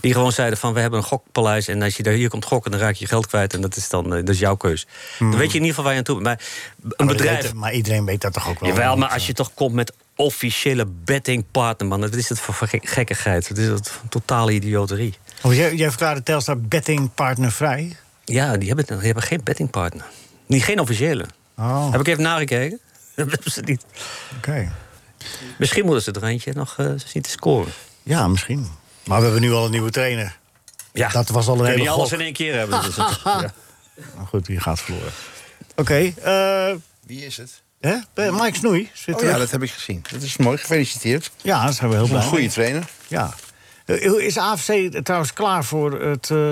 Die gewoon zeiden: van we hebben een gokpaleis. En als je daar hier komt gokken, dan raak je je geld kwijt. En dat is dan. eh, dat is jouw keus. Dan weet je in ieder geval waar je aan toe bent. Maar een
Hmm. Maar dat
bedrijf.
weet- maar iedereen weet dat toch ook wel?
Jawel, maar als je toch komt met officiële bettingpartner, man. Wat is dat voor gek- gekkigheid? Wat is dat voor totale idioterie?
Oh, jij, jij verklaarde Telstar bettingpartner vrij.
Ja, die hebben, die hebben geen bettingpartner. Die, geen officiële.
Oh,
Heb ik even nagekeken? Dat hebben ze niet.
oké.
Misschien moeten ze het randje nog eh, zien te scoren.
Ja, misschien. Maar we hebben nu al een nieuwe trainer.
Ja,
Dat was al een
kun je
hele
niet alles
gok.
in één keer hebben. Dus het- ja.
Maar goed, die gaat verloren. Oké, eh
Wie is het?
hè? Eh, Mike Snoei zit
Oh
terug.
ja, dat heb ik gezien. Dat is mooi. Gefeliciteerd.
Ja, daar zijn we heel
Een
blij mee.
goede trainer.
Ja. Eh, Is AFC trouwens klaar voor het, eh,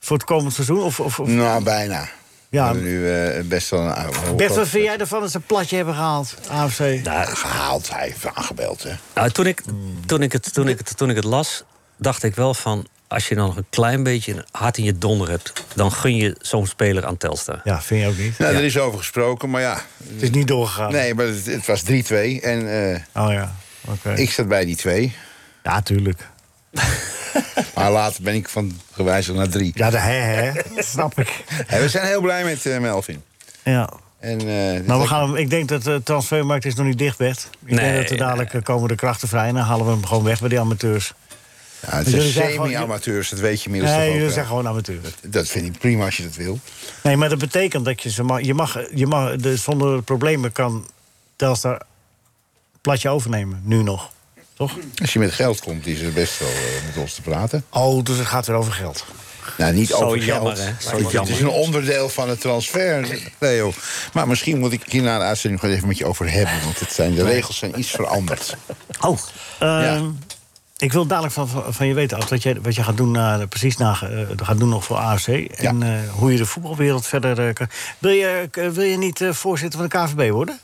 voor het komend seizoen? Of, of, of-
Nou, bijna. We
ja.
hebben nu eh, best wel een oude.
Bert, wat vind jij ervan dat ze een platje hebben gehaald, AFC?
Nou, gehaald, hij heeft aangebeld, hè?
Nou, toen, ik, toen, ik het, toen, ik het, toen ik het las, dacht ik wel van... als je dan nog een klein beetje een hart in je donder hebt... dan gun je zo'n speler aan Telstar.
Ja, vind je ook niet.
Nou, er is over gesproken, maar ja.
Het is niet doorgegaan.
Nee, maar het, het was 3-2 en eh,
Oh ja, oké.
ik zat bij die 2.
Ja, tuurlijk.
Maar later ben ik van gewijzigd naar 3.
Ja, de hè, hè. Dat snap ik.
En we zijn heel blij met eh, Melvin.
Ja.
En, eh,
Nou, we
dat-
gaan hem, ik denk dat de transfermarkt is nog niet dicht, Bert. Ik
Nee,
denk dat er dadelijk eh, komen de krachten vrij en dan halen we hem gewoon weg bij die amateurs.
Ja, het zijn
Jullie zijn gewoon-
semi-amateurs, dat weet je inmiddels
Nee,
toch
jullie
ook.
zijn
wel.
gewoon amateurs.
Dat vind ik prima als je dat wil.
Nee, maar dat betekent dat je ze mag. Je mag, je mag de, zonder problemen kan Telstar platje overnemen, nu nog. Toch?
Als je met geld komt, is het best wel eh, met ons te praten.
Oh, dus het gaat weer over geld.
Nou, niet
Zo
over
jammer,
geld.
hè? Zo
Het- Het
jammer.
is een onderdeel van het transfer, Leo. Maar misschien moet ik hier na de uitzending gewoon even met je over hebben. Want het zijn, de regels zijn iets veranderd.
Oh.
Ja.
Ik wil dadelijk van, van- van je weten, af wat je, wat je gaat doen, na, precies na, eh, gaat doen nog voor AFC. En eh, hoe je de voetbalwereld verder eh, kan. Wil je, k- wil je niet eh, voorzitter van de KVB worden?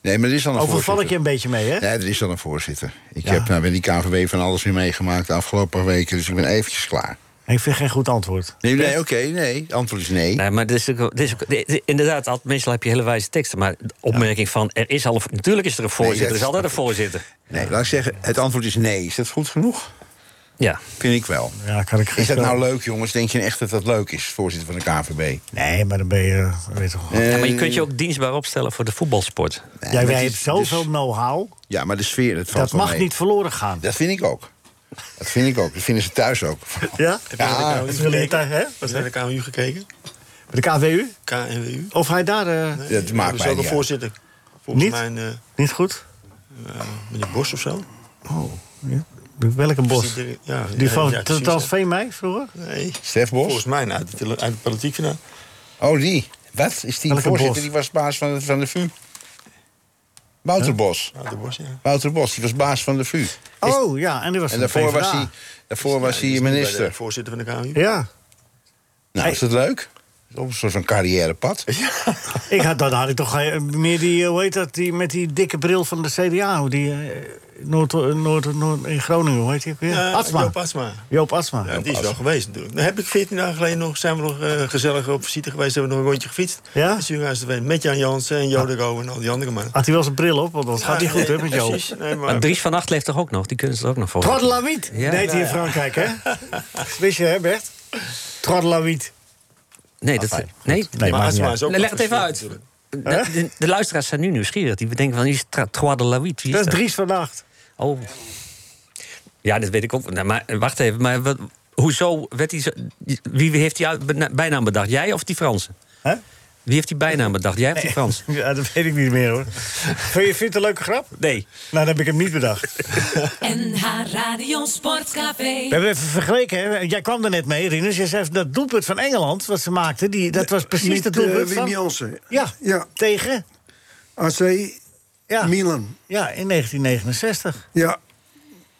Nee, maar er is al een
Overval ik je
voorzitter.
een beetje mee, hè?
Nee, er is al een voorzitter. Ik
Ja.
heb nou, bij die KVW van alles weer meegemaakt de afgelopen weken. Dus ik ben eventjes klaar.
Ik vind geen goed antwoord.
Nee, nee oké, nee. Het antwoord is nee.
Nee, maar dit is, ook- dit is, ook- dit- dit- inderdaad, al- meestal heb je hele wijze teksten. Maar de opmerking van, er is al een, natuurlijk is er een voorzitter.
Nee,
er
dat
is altijd een voorzitter.
Nee, laat ik zeggen, het antwoord is nee. Is dat goed genoeg?
Ja.
Vind ik wel.
Ja, kan ik
Is dat
geen-
nou leuk, jongens? Denk je echt dat dat leuk is, voorzitter van de KVB?
Nee, maar dan ben je. eh, Weet je toch,
ja, maar je kunt je ook dienstbaar opstellen voor de voetbalsport.
jij jij
het
hebt
is-
zoveel
dus-
know-how.
Ja, maar de sfeer, het valt
Dat
wel
mag
mee.
niet verloren gaan.
Dat vind ik ook. Dat vind ik ook. Dat vinden ze thuis ook.
Ja?
Ja,
Dat wil je daar, hè?
Wat naar de KMU gekeken?
Bij de KWU?
KNWU?
Of hij daar eh,
dat
Ja,
maakt
dat is
mij
ook
niet
een
uit.
voorzitter. Volgens
Niet?
mij een, eh,
niet goed?
eh, meneer Bos of zo.
Welke
Is
bos?
die er- ja,
Die van
ja, precies,
Totals V mij vroeger?
hè. Nee,
Stef Bos?
volgens mij uit de, tele- uit de politiek vandaan.
Oh, die. Wat? Is die
Welke
voorzitter?
Bos?
Die was baas van de, van de VU. Wouter Bos.
Uit de Bos, ja.
Wouter Bos, die was baas van de VU.
Oh ja, en die was
En
van
daarvoor was
PvdA.
hij, daarvoor
Ja,
was
die
hij
is nu bij de
minister.
Voorzitter van de KNWU.
Ja,
Nou, is dat leuk? Op een soort van carrièrepad.
ik had, dan had ik toch eh, meer die, eh, hoe heet dat, die, met die dikke bril van de CDA. hoe Die, eh, Noord, Noord, Noord, in Groningen, hoe heet die ook weer?
Ja,
Atsma.
Eh, Joop Atsma.
Joop Atsma.
Ja, die is wel geweest natuurlijk. Dan heb ik 14 dagen geleden nog, zijn we nog eh, gezellig op visite geweest. Hebben we nog een rondje gefietst.
Ja?
In Zuurhuis te Ween, Met Jan Jansen en Jodego en al die andere mannen.
Had hij wel zijn bril op, want dat gaat niet goed, hè, met Joop.
Precies. Nee, maar,
Maar Dries van Acht leeft toch ook nog? Die kunnen ze er ook nog voor.
Trois de la Wiet,
Ja.
deed hij in Frankrijk, hè? Wist je, hè, Bert? Trois de la Wiet.
Nee, dat, nee,
Nee,
maar
maakt niet
Atsma
uit.
is ook
Nee, leg het
nog
even uit.
gestuurd natuurlijk.
De, de- de luisteraars zijn nu nieuwsgierig. Die bedenken van, die is tra- Trois de la Wiet. Wie is
Dat is Dries van Acht.
Oh. Ja, dat weet ik ook. Nou, maar eh, wacht even. Maar wat, hoezo werd hij zo, die- Wie heeft die uit- bena- bijnaam bedacht? Jij of die Fransen?
Hè?
Wie heeft die bijnaam bedacht? Jij of die Fransen?
Ja, dat weet ik niet meer, hoor. Vind je vind je het een leuke grap?
Nee.
Nou, dan heb ik hem niet bedacht.
NH Radio Sportcafé.
We hebben even vergeleken. Hè? Jij kwam er net mee, Rinus. Je zei dat doelpunt van Engeland, wat ze maakten... Die, dat was precies
Met,
dat
eh,
doelpunt
Wim
van...
Jansen.
Ja,
Ja.
tegen
AC
ja.
Milan.
Ja, in 1969.
Ja.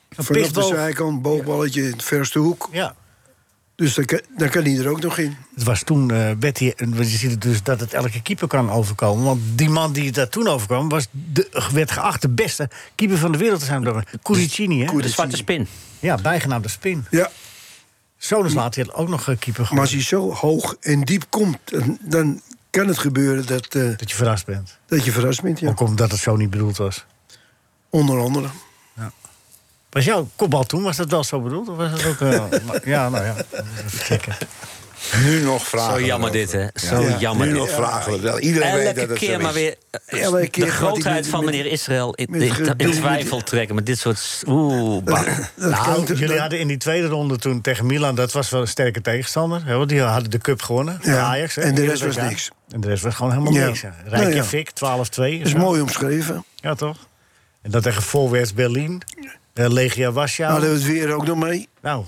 Een
Vanaf de
pistol.
zijkant, boogballetje in de verste hoek.
Ja.
Dus daar kan, daar kan hij er ook nog in.
Het was toen, eh Betty, en je ziet het dus dat het elke keeper kan overkomen. Want die man die dat toen overkwam, was de, werd geacht de beste keeper van de wereld te zijn. Curicini, hè?
De zwarte spin.
Ja, bijgenaamd de spin.
Ja.
Sonus laat hij ook nog eh, keeper
Maar
gewoon,
als hij zo hoog en diep komt, dan, dan kan het gebeuren dat, eh,
dat je verrast bent.
dat je verrast bent. Ja.
Ook omdat het zo niet bedoeld was.
Onder andere.
Was jouw kopbal toen, was dat wel zo bedoeld? Of was dat ook... eh, maar- ja, nou ja. Even checken.
Nu nog vragen.
Zo
we
jammer
erover.
dit, hè?
Ah, Ja.
Zo
Ja.
jammer
Nu
dit.
nog vragen we wel. Iedereen weet dat
Elke
het zo
keer
is.
maar weer eh,
Elke keer gaat
de
hij
grootheid
met-
van
met-
meneer Israël in,
met
in-
gedoe,
in
met-
twijfel trekken. Met dit soort... Oeh, bah.
Nou,
kan toch-
jullie
dat-
hadden in die tweede ronde toen tegen Milan, dat was wel een sterke tegenstander. Hè, want die hadden de cup gewonnen. van
Ja,
Ajax, hè,
en de
eerder
rest
dat
was
jaar.
niks.
En de rest was gewoon helemaal
Ja.
niks. hè.
Nou
Rijkje
ja.
fik, 12-2.
Dat is
zo.
mooi omschreven.
Ja, toch? En dat tegen Volwärts Berlin. eh, Legia
Nou,
Warschau.
Hadden we het weer ook nog mee.
Nou,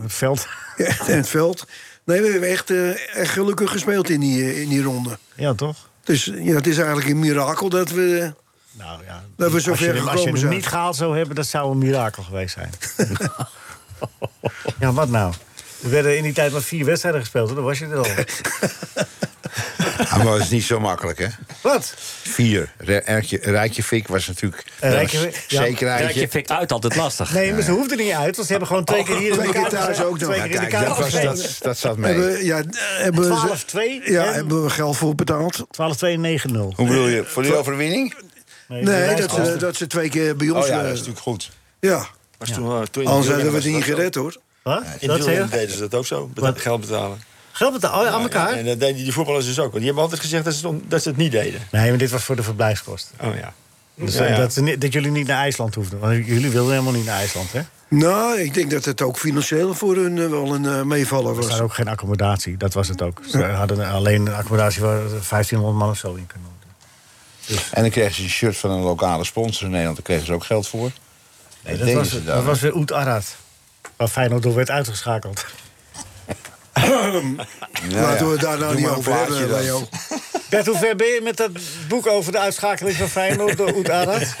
het veld.
Ja, en het veld. Nee, we hebben echt, eh, echt gelukkig gespeeld in die, eh, in die ronde.
Ja, toch?
Dus ja, het is eigenlijk een mirakel dat we...
Nou ja,
Dat we zo
als je,
ver
hem- als je
gekomen
hem
zijn.
niet gehaald zou hebben, dat zou een mirakel geweest zijn. ja, wat nou? Er werden in die tijd maar vier wedstrijden gespeeld, hoor. dan was je er al.
Ja, Ah, maar dat is niet zo makkelijk, hè?
Wat?
Vier. Re- Rijkje, Rijkje Fik was natuurlijk
Eh, Rijkje-
wel een
ja.
Kijk, je
zekerheidje.
vind ik uit altijd lastig.
Nee, maar ze hoefden er niet uit, want ze hebben gewoon twee keer hier
Oh, twee
in de
keer
kaart
thuis
gezeten,
ook nog.
Twee
Ja,
keer in de
kijk,
kaart
dat, was,
gezeten.
dat, dat zat
Hebben,
mee.
we- ja, eh, hebben we ze-
12-2
Ja,
en-
hebben we geld voor betaald.
12-2 en 9-0.
Hoe bedoel je? Eh, Voor die overwinning?
Nee,
wij
dat,
gewoon-
eh, dat ze twee keer bij ons...
Oh ja,
eh,
dat is natuurlijk goed.
ja.
Was toen, eh, toen in
anders
de
hadden we
was
het niet
dat zo.
gered, hoor.
Wat?
In
Dat zei
Wielrennen
je?
deden ze dat ook zo, beta-
Wat?
geld betalen.
Geld betaald? Oh, ja, aan
Ja,
elkaar?
en dat deden die voetballers dus ook. Want die hebben altijd gezegd dat ze, het om- dat ze het niet deden.
Nee, maar dit was voor de verblijfskosten.
Oh ja.
Dus
Ja,
eh,
ja.
Dat, ze niet- dat jullie niet naar IJsland hoefden. Want jullie wilden helemaal niet naar IJsland, hè?
Nou, ik denk dat het ook financieel voor hun eh, wel een eh, meevaller
Er
was.
was ook geen accommodatie, dat was het ook. Ze hadden alleen een accommodatie waar 1500 man of zo in kunnen.
En dan kregen ze een shirt van een lokale sponsor in Nederland. Daar kregen ze ook geld voor.
Nee, dat,
deden
was,
ze dan,
dat
hè?
was weer Oet Arad. Waar Feyenoord door werd uitgeschakeld.
Nou
Laten we
ja,
het daar nou
doe
niet
maar een
over hebben,
plaatje dan.
Leo.
Bert, hoe ver ben je met dat boek over de uitschakeling van Feyenoord door Oet Arad?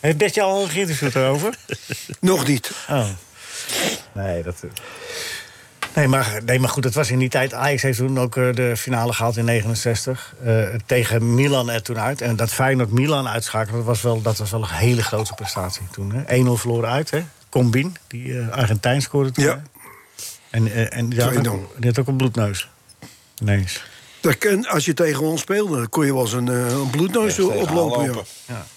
Heeft Bert je al geïnterviewd erover?
Nog niet.
Oh. Nee, dat... eh. Nee maar, nee, maar goed, het was in die tijd. Ajax heeft toen ook eh, de finale gehaald in 69. eh, tegen Milan er toen uit. En dat Feyenoord Milan uitschakelen, dat was wel, dat was wel een hele grote prestatie toen. hè. 1-0 verloren uit, hè? Combin, die eh, Argentijn scoorde toen.
Ja.
hè. En, eh, en die, had ook,
2-0.
die had ook een bloedneus. Ineens.
Dat kan, als je tegen ons speelde, dan kon je wel eens een, eh, een bloedneus
tegen
oplopen. Ja.
aanlopen.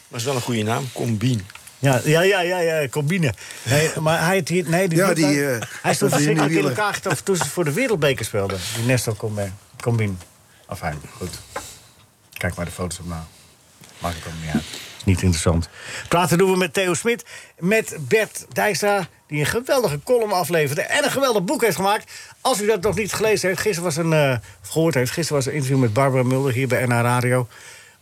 was wel een goede naam, Combien.
Ja, ja, ja, ja, ja combine. Nee, maar hij, had hier- nee, die,
Ja, die, eh,
hij
dat die
stond verschrikkelijk in
wielen.
elkaar getoffen toen ze voor de wereldbeker speelden. Die Nestor combine. combine. Enfin, goed. Kijk maar de foto's op na. Maakt het ook niet uit. Niet interessant. Praten doen we met Theo Smit, met Bert Dijkstra... die een geweldige column afleverde en een geweldig boek heeft gemaakt. Als u dat nog niet gelezen heeft, gisteren was een, eh, of gehoord heeft... gisteren was een interview met Barbara Mulder hier bij NH Radio...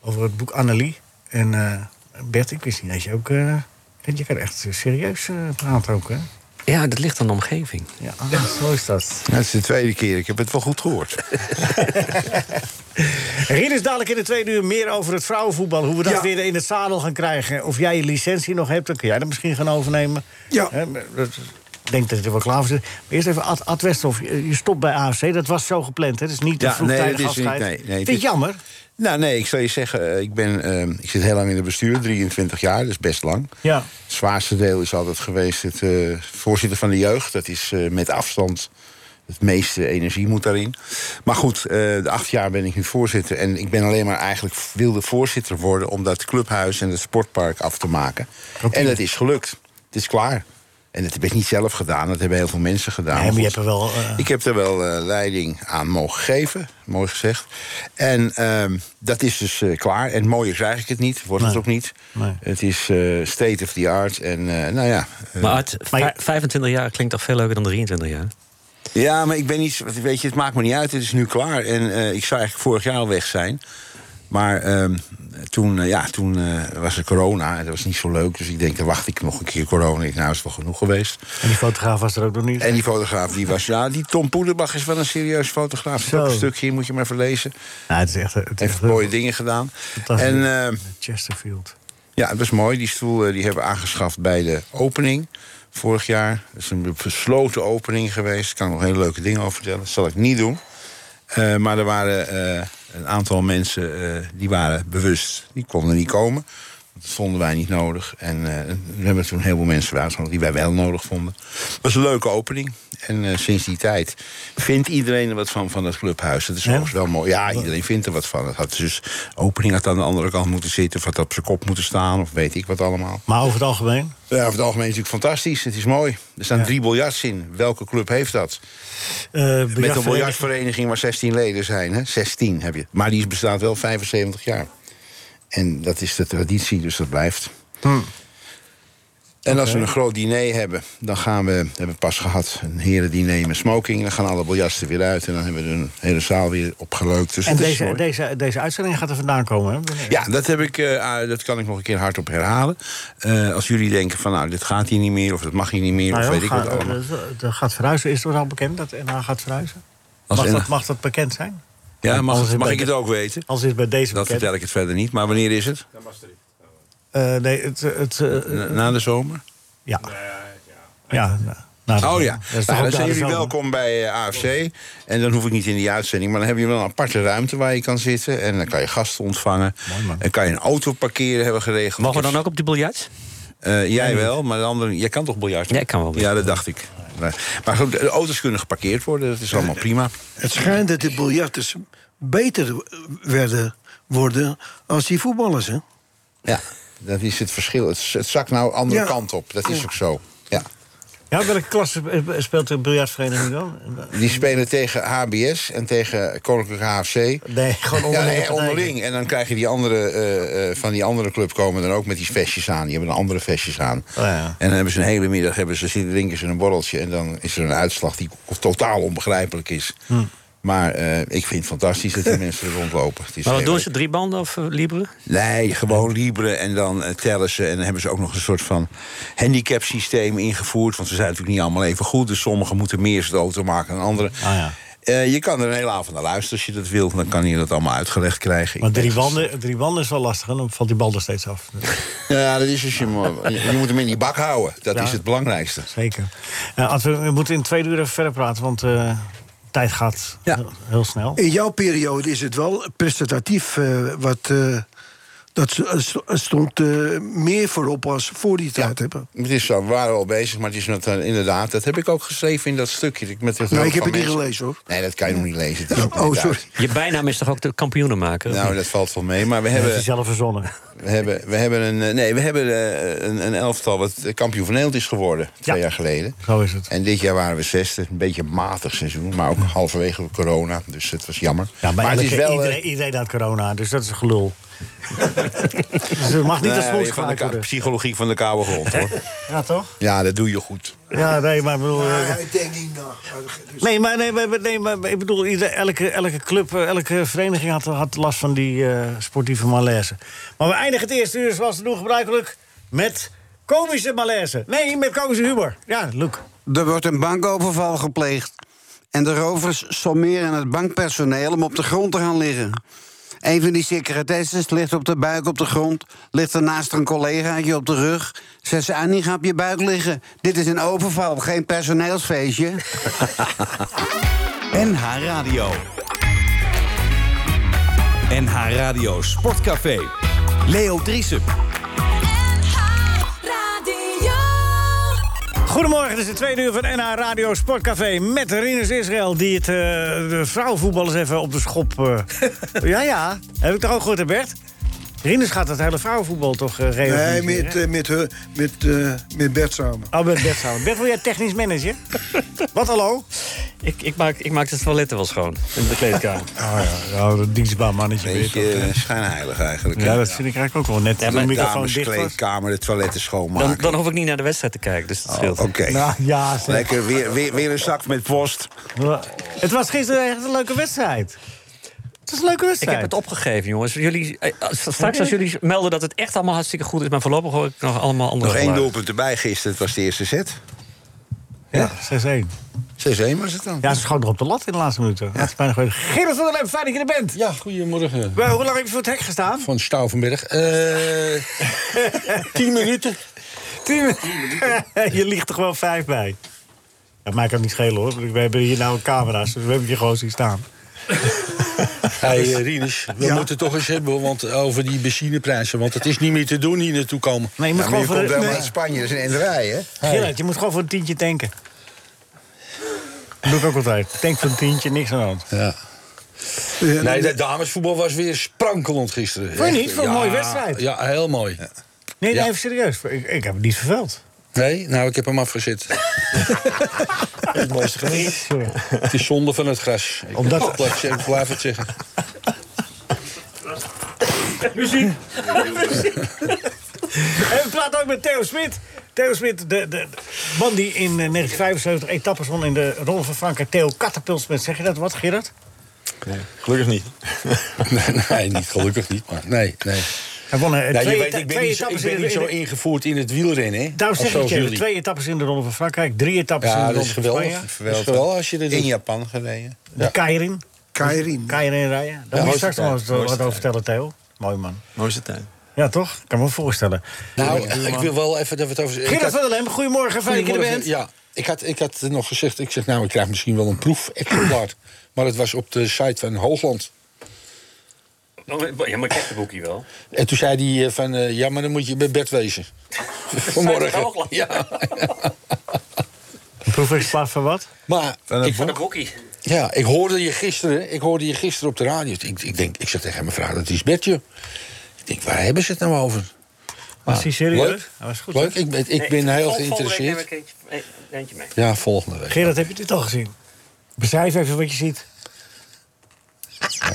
over het boek Annelie. En eh, Bert, ik wist niet dat je ook... eh, je kan echt serieus eh, praten ook, hè?
Ja, dat ligt aan de omgeving.
Ja, ah, zo is dat.
Dat is de tweede keer. Ik heb het wel goed gehoord.
Rien is dadelijk in de tweede uur meer over het vrouwenvoetbal. Hoe we dat
Ja.
weer in het zadel gaan krijgen. Of jij je licentie nog hebt, dan kun jij dat misschien gaan overnemen.
Ja.
Hè, maar dat- Ik denk dat je er wel klaar voor zit. Maar eerst even, Ad, Ad Westhoff, je je stopt bij AFC. Dat was zo gepland, hè? Dat is niet de
Ja, nee,
vroegtijdige
dat is niet-
afscheid.
nee, nee,
Vind je
dit-
het jammer?
Nou, nee, ik zal je zeggen, eh, ik, ben, eh, ik zit heel lang in het bestuur, 23 jaar, dat is best lang.
Ja.
Het zwaarste deel is altijd geweest het eh, voorzitter van de jeugd. Dat is eh, met afstand. Het meeste energie moet daarin. Maar goed, eh, de acht jaar ben ik nu voorzitter. En ik ben alleen maar eigenlijk wilde voorzitter worden om dat clubhuis en het sportpark af te maken. En dat is gelukt. Het is klaar. En dat heb ik niet zelf gedaan, dat hebben heel veel mensen gedaan.
Nee, maar je
goed.
hebt er wel... eh,
Ik heb er wel eh, leiding aan mogen geven, mooi gezegd. En ehm, dat is dus eh, klaar. En mooier krijg ik het niet, wordt het
Nee.
ook niet.
Nee.
Het is eh, state of the art. En eh, nou ja. eh,
Maar uit
Maar je-
vij- 25 jaar klinkt toch veel leuker dan 23 jaar?
ja, maar ik ben niet. zo- Weet je, het maakt me niet uit. Het is nu klaar. En eh, ik zou eigenlijk vorig jaar al weg zijn. Maar ehm, toen, eh, ja, toen eh, was er corona en dat was niet zo leuk. Dus ik denk, dan wacht ik nog een keer corona. Ik, nou, is het wel genoeg geweest.
En die fotograaf was er ook nog niet.
En die fotograaf, die was. Ja, die Tom Poederbach is wel een serieus fotograaf. Er zit
Zo.
ook een stukje in, moet je maar verlezen.
Nou, het is echt... Het is
heeft mooie dingen gedaan.
Fantastisch.
En eh,
Chesterfield.
ja, het was mooi. Die stoel eh, die hebben we aangeschaft bij de opening vorig jaar. Het is een besloten opening geweest. Ik kan nog hele leuke dingen over vertellen. Dat zal ik niet doen. Eh, maar er waren eh, een aantal mensen eh, die waren bewust. Die konden niet komen. Dat vonden wij niet nodig. En eh, we hebben toen heel veel mensen waarschuwd die wij wel nodig vonden. Het was een leuke opening. En eh, sinds die tijd vindt iedereen er wat van, van dat clubhuis. Dat is overigens wel mooi. Ja, iedereen vindt er wat van. Het had dus opening had aan de andere kant moeten zitten. Of had op zijn kop moeten staan. Of weet ik wat allemaal.
Maar over het algemeen?
Ja, over het algemeen is het natuurlijk fantastisch. Het is mooi. Er staan drie biljarts in. Welke club heeft dat?
Eh,
Met een biljartvereniging waar 16 leden zijn. Hè? 16 heb je. Maar die bestaat wel 75 jaar. En dat is de traditie, dus dat blijft.
Hm.
En als we een groot diner hebben, dan gaan we... hebben we pas gehad een herendiner met smoking. Dan gaan alle biljartsen weer uit. En dan hebben we een hele zaal weer opgeleukt. Dus
En
het is
deze,
mooi.
deze, deze uitzending gaat er vandaan komen, hè? Nou Wanneer?
Ja, dat, heb ik, eh, ah, dat kan ik nog een keer hardop herhalen. Eh, als jullie denken van, nou, dit gaat hier niet meer... of dat mag hier niet meer,
Nou
of
ja,
weet ik
ga-
wat allemaal.
eh, dat gaat verhuizen. Is het al bekend dat NH gaat verhuizen?
Als
Mag
NH
dat, mag dat bekend zijn?
Ja,
Anders
mag,
is het
mag ik
bij-
het ook weten?
Als is bij deze
Dat
bekend.
vertel ik het verder niet. Maar wanneer is het?
Eh, nee, het, het, eh,
Na, na de zomer?
ja. ja. nou, nou,
Oh ja,
dat is toch
nou,
ook
dan zijn
daar
jullie
zo-
welkom bij eh, AFC. En dan hoef ik niet in die uitzending, maar dan heb je wel een aparte ruimte waar je kan zitten. En dan kan je gasten ontvangen. En kan je een auto parkeren hebben geregeld.
Mogen we dan ook op die biljart?
Eh, jij wel, maar de anderen. Jij kan toch biljarten?
Ja, ik kan wel
Ja,
biljarten.
dat dacht ik. Nee. Maar goed, de auto's kunnen geparkeerd worden, dat is allemaal prima.
Het schijnt dat de biljarters beter werden worden als die voetballers. Hè?
Ja, dat is het verschil. Het, het zakt nou andere
Ja.
kant op, dat is ook zo. Ja.
Ja, welke klasse eh, speelt de biljartvereniging dan?
Die spelen tegen HBS en tegen Koninklijke HFC.
Nee, gewoon
Ja,
onderling.
nee, onderling. En dan krijg je die andere, eh, eh, van die andere club komen dan ook met die vestjes aan. Die hebben een andere vestjes aan.
Oh, ja.
En dan hebben ze een hele middag, hebben ze, zitten drinken ze een borreltje... en dan is er een uitslag die totaal onbegrijpelijk is. Maar eh, ik vind het fantastisch dat die mensen er rondlopen. Het
Maar
is
wat
heel
doen
leuk.
ze? Drie banden of eh, libre?
Nee, gewoon Libre en dan eh, tellen ze. En dan hebben ze ook nog een soort van handicap systeem ingevoerd. Want ze zijn natuurlijk niet allemaal even goed. Dus sommigen moeten meer stoten maken dan anderen.
Ah, ja.
Eh, je kan er een hele avond naar luisteren als je dat wilt. Dan kan je dat allemaal uitgelegd krijgen.
Maar
Ik
drie
denk-
wanden, drie wanden is wel lastig, hè? dan valt die bal er steeds af.
Ja, dat is dus je, mo- je moet hem in die bak houden. Dat
Ja.
is het belangrijkste.
Zeker. Eh, Ad, we, we moeten in twee uur even verder praten, want eh, tijd gaat
Ja.
heel- heel snel.
In jouw periode is het wel prestatief eh, wat. eh, dat s- stond eh, meer voorop als voor die tijd. hebben.
Het is zo, we waren al bezig, maar het is met, eh, inderdaad... dat heb ik ook geschreven in dat stukje. dat ik Met de hulp
ik heb
van
het niet
mensen-
gelezen, hoor.
Nee, dat kan je nog niet lezen. Het is ook
Oh,
niet uit.
sorry.
Je bijnaam is toch ook de kampioenenmaker? of
Nou,
niet?
dat valt wel mee. Maar we
Dat
hebben,
is hij zelf verzonnen.
We hebben, we hebben, een, eh, nee, we hebben eh, een, een elftal wat kampioen van Nederland is geworden. Twee
Ja.
jaar geleden.
Zo is het.
En dit jaar waren we zesde. Een beetje een matig seizoen. Maar ook halverwege corona. Dus het was jammer.
Ja, maar
het is wel... eh,
iedereen, iedereen had corona, dus dat is gelul. dus het mag niet als
nou, van de
volks gebruikt
ka-
worden.
psychologie van de koude grond, hoor.
Ja, toch?
ja, dat doe je goed.
Ja, nee, maar ik bedoel... eh,
ik denk niet
Nee, maar, nee, maar, nee, maar ik bedoel, ieder- elke, elke club, eh, elke vereniging had, had last van die eh, sportieve malaise. Maar we eindigen het eerste uur, zoals we doen gebruikelijk, met komische malaise. Nee, met komische humor. Ja, Luc.
Er wordt een bankoverval gepleegd. En de rovers sommeren het bankpersoneel om op de grond te gaan liggen. Een van die secretaresses ligt op de buik op de grond. Ligt er naast een collegaatje op de rug. Zegt ze, Annie, ga op je buik liggen. Dit is een overval, geen personeelsfeestje.
NH Radio. NH Radio Sportcafé. Leo Driessen.
Radio.
Goedemorgen, dit is de tweede uur van NH Radio Sportcafé met Rinus Israël... die het eh de vrouwenvoetballers even op de schop... eh, ja, ja, heb ik toch ook gehoord, hè, Bert? Rinus gaat het hele vrouwenvoetbal toch eh
Nee,
reorganiseren?
met, eh, met, eh, met, eh, met Bert samen.
Oh, Bert, Bert, Sauer. Bert, wil jij technisch manager? Wat, hallo?
Ik, ik, maak, ik maak de toiletten wel schoon in de kleedkamer.
Oh ja, nou, dat dienstbaar mannetje. weet je.
Beetje eh, schijnheilig eigenlijk.
Ja,
hè?
dat vind ik eigenlijk ook wel net.
Ja,
toen
maar
de
De
microfoon dicht was.
dameskleedkamer, de toiletten
Dan,
schoonmaken. Oh,
dan hoef ik niet naar de wedstrijd te kijken, dus dat scheelt.
Oké.
Nou, ja, zeg.
Lekker, weer, weer, weer een zak met post.
Het was gisteren echt een leuke wedstrijd. Het was een leuke
Ik
wedstrijd.
heb het opgegeven, jongens. Jullie, eh, als- straks als jullie melden dat het echt allemaal hartstikke goed is... maar voorlopig hoor ik nog allemaal andere
Nog één
geluiden.
doelpunt erbij gisteren. Het was de eerste set.
Ja, 6-1.
6-1 was het dan.
Ja, ze schoot nog op de lat in de laatste minuten. Dat is bijna geweten. Gerrit van der Lem, fijn dat je er bent.
Ja, goedemorgen.
Wel, Hoe lang heb je voor het hek gestaan?
Van Stauvenberg. Eh tien minuten.
Tien minuten. je ligt er gewoon vijf bij. Ja, mij kan het niet schelen hoor. want We hebben hier nou een camera's, dus we hebben je gewoon zien staan.
Hey, eh, Rinus, we moeten toch eens hebben want, over die benzineprijzen. Want het is niet meer te doen hier naartoe komen.
Nee, je moet Ja, maar je gewoon voor komt de- wel nee. uit
Spanje, dat is een enderij, hè?
Gerard, je moet gewoon voor een tientje tanken. Dat doe ik ook altijd. Tank voor een tientje, niks aan de hand.
Ja. Nee, de damesvoetbal was weer sprankelend gisteren.
Vond je
Echt,
niet? Vond ik een mooie wedstrijd.
Ja, heel mooi.
Nee,
Ja.
nee, even serieus. Ik, ik heb het niet verveld.
Nee, nou, ik heb hem afgezet. het mooiste geweest. Het is zonde van het gras. Ik
Omdat-
Omdat... blijf, ik blijf het zeggen.
Muziek. en we praten ook met Theo Smit. Theo Smit, de, de- de man die in eh, 1975 etappes won in de Ronde van Frankrijk. Theo Kattenpils met, zeg je dat wat, Gerard?
Nee, gelukkig niet. nee, niet gelukkig niet, maar nee, nee.
Hij won eh,
Nou, je
twee,
weet,
eta-
ik ben
twee
niet zo,
etappes
ik ben
in de-
niet zo
in de-
ingevoerd in het wielrennen, hè?
Daarom
Als
zeg ik
zoals
je,
jullie.
twee etappes in de Ronde van Frankrijk. Drie etappes in
Ja,
de
dat
Ronde
is
van
geweldig.
Spanje.
Dat is geweldig als je dus dat doet.
In Japan gereden.
De Keirin.
Keirin.
Keirin rijden.
Ja,
Daar moet
mooiste
je straks nog
tijd.
wel eens wat
Mooiste
over
tijd.
vertellen, Theo. Mooi man.
Mooiste tijd.
Ja, toch? Ik kan me voorstellen.
Nou, ik wil wel even dat we het over... ik
Gerard
had-
van der Lem, goedemorgen. Fijn dat je er bent.
Goedemorgen. Ja, ik had, ik had nog gezegd, ik zeg nou, ik krijg misschien wel een proefexemplaar. maar het was op de site van Hoogland.
Ja, Oh, maar ik heb de boekie wel.
En toen zei hij eh, van, eh, ja, maar dan moet je bij bed wezen. Vanmorgen. Ja.
Een proefexemplaar van wat?
Maar ik,
Van de boekie.
ja, ik hoorde je gisteren, ik hoorde je gisteren op de radio. Ik, ik, denk, ik zeg tegen mijn vrouw, dat is bedje. Ik denk, waar hebben ze het nou over?
Was hij serieus?
Leuk,
Hij was goed,
leuk.
hè?
Ik ben, ik
Nee,
ben heel
volgende week
geïnteresseerd.
neem ik eentje- e- Eentje mee.
Ja, volgende week.
Gerard, heb je dit al gezien? Beschrijf even wat je ziet.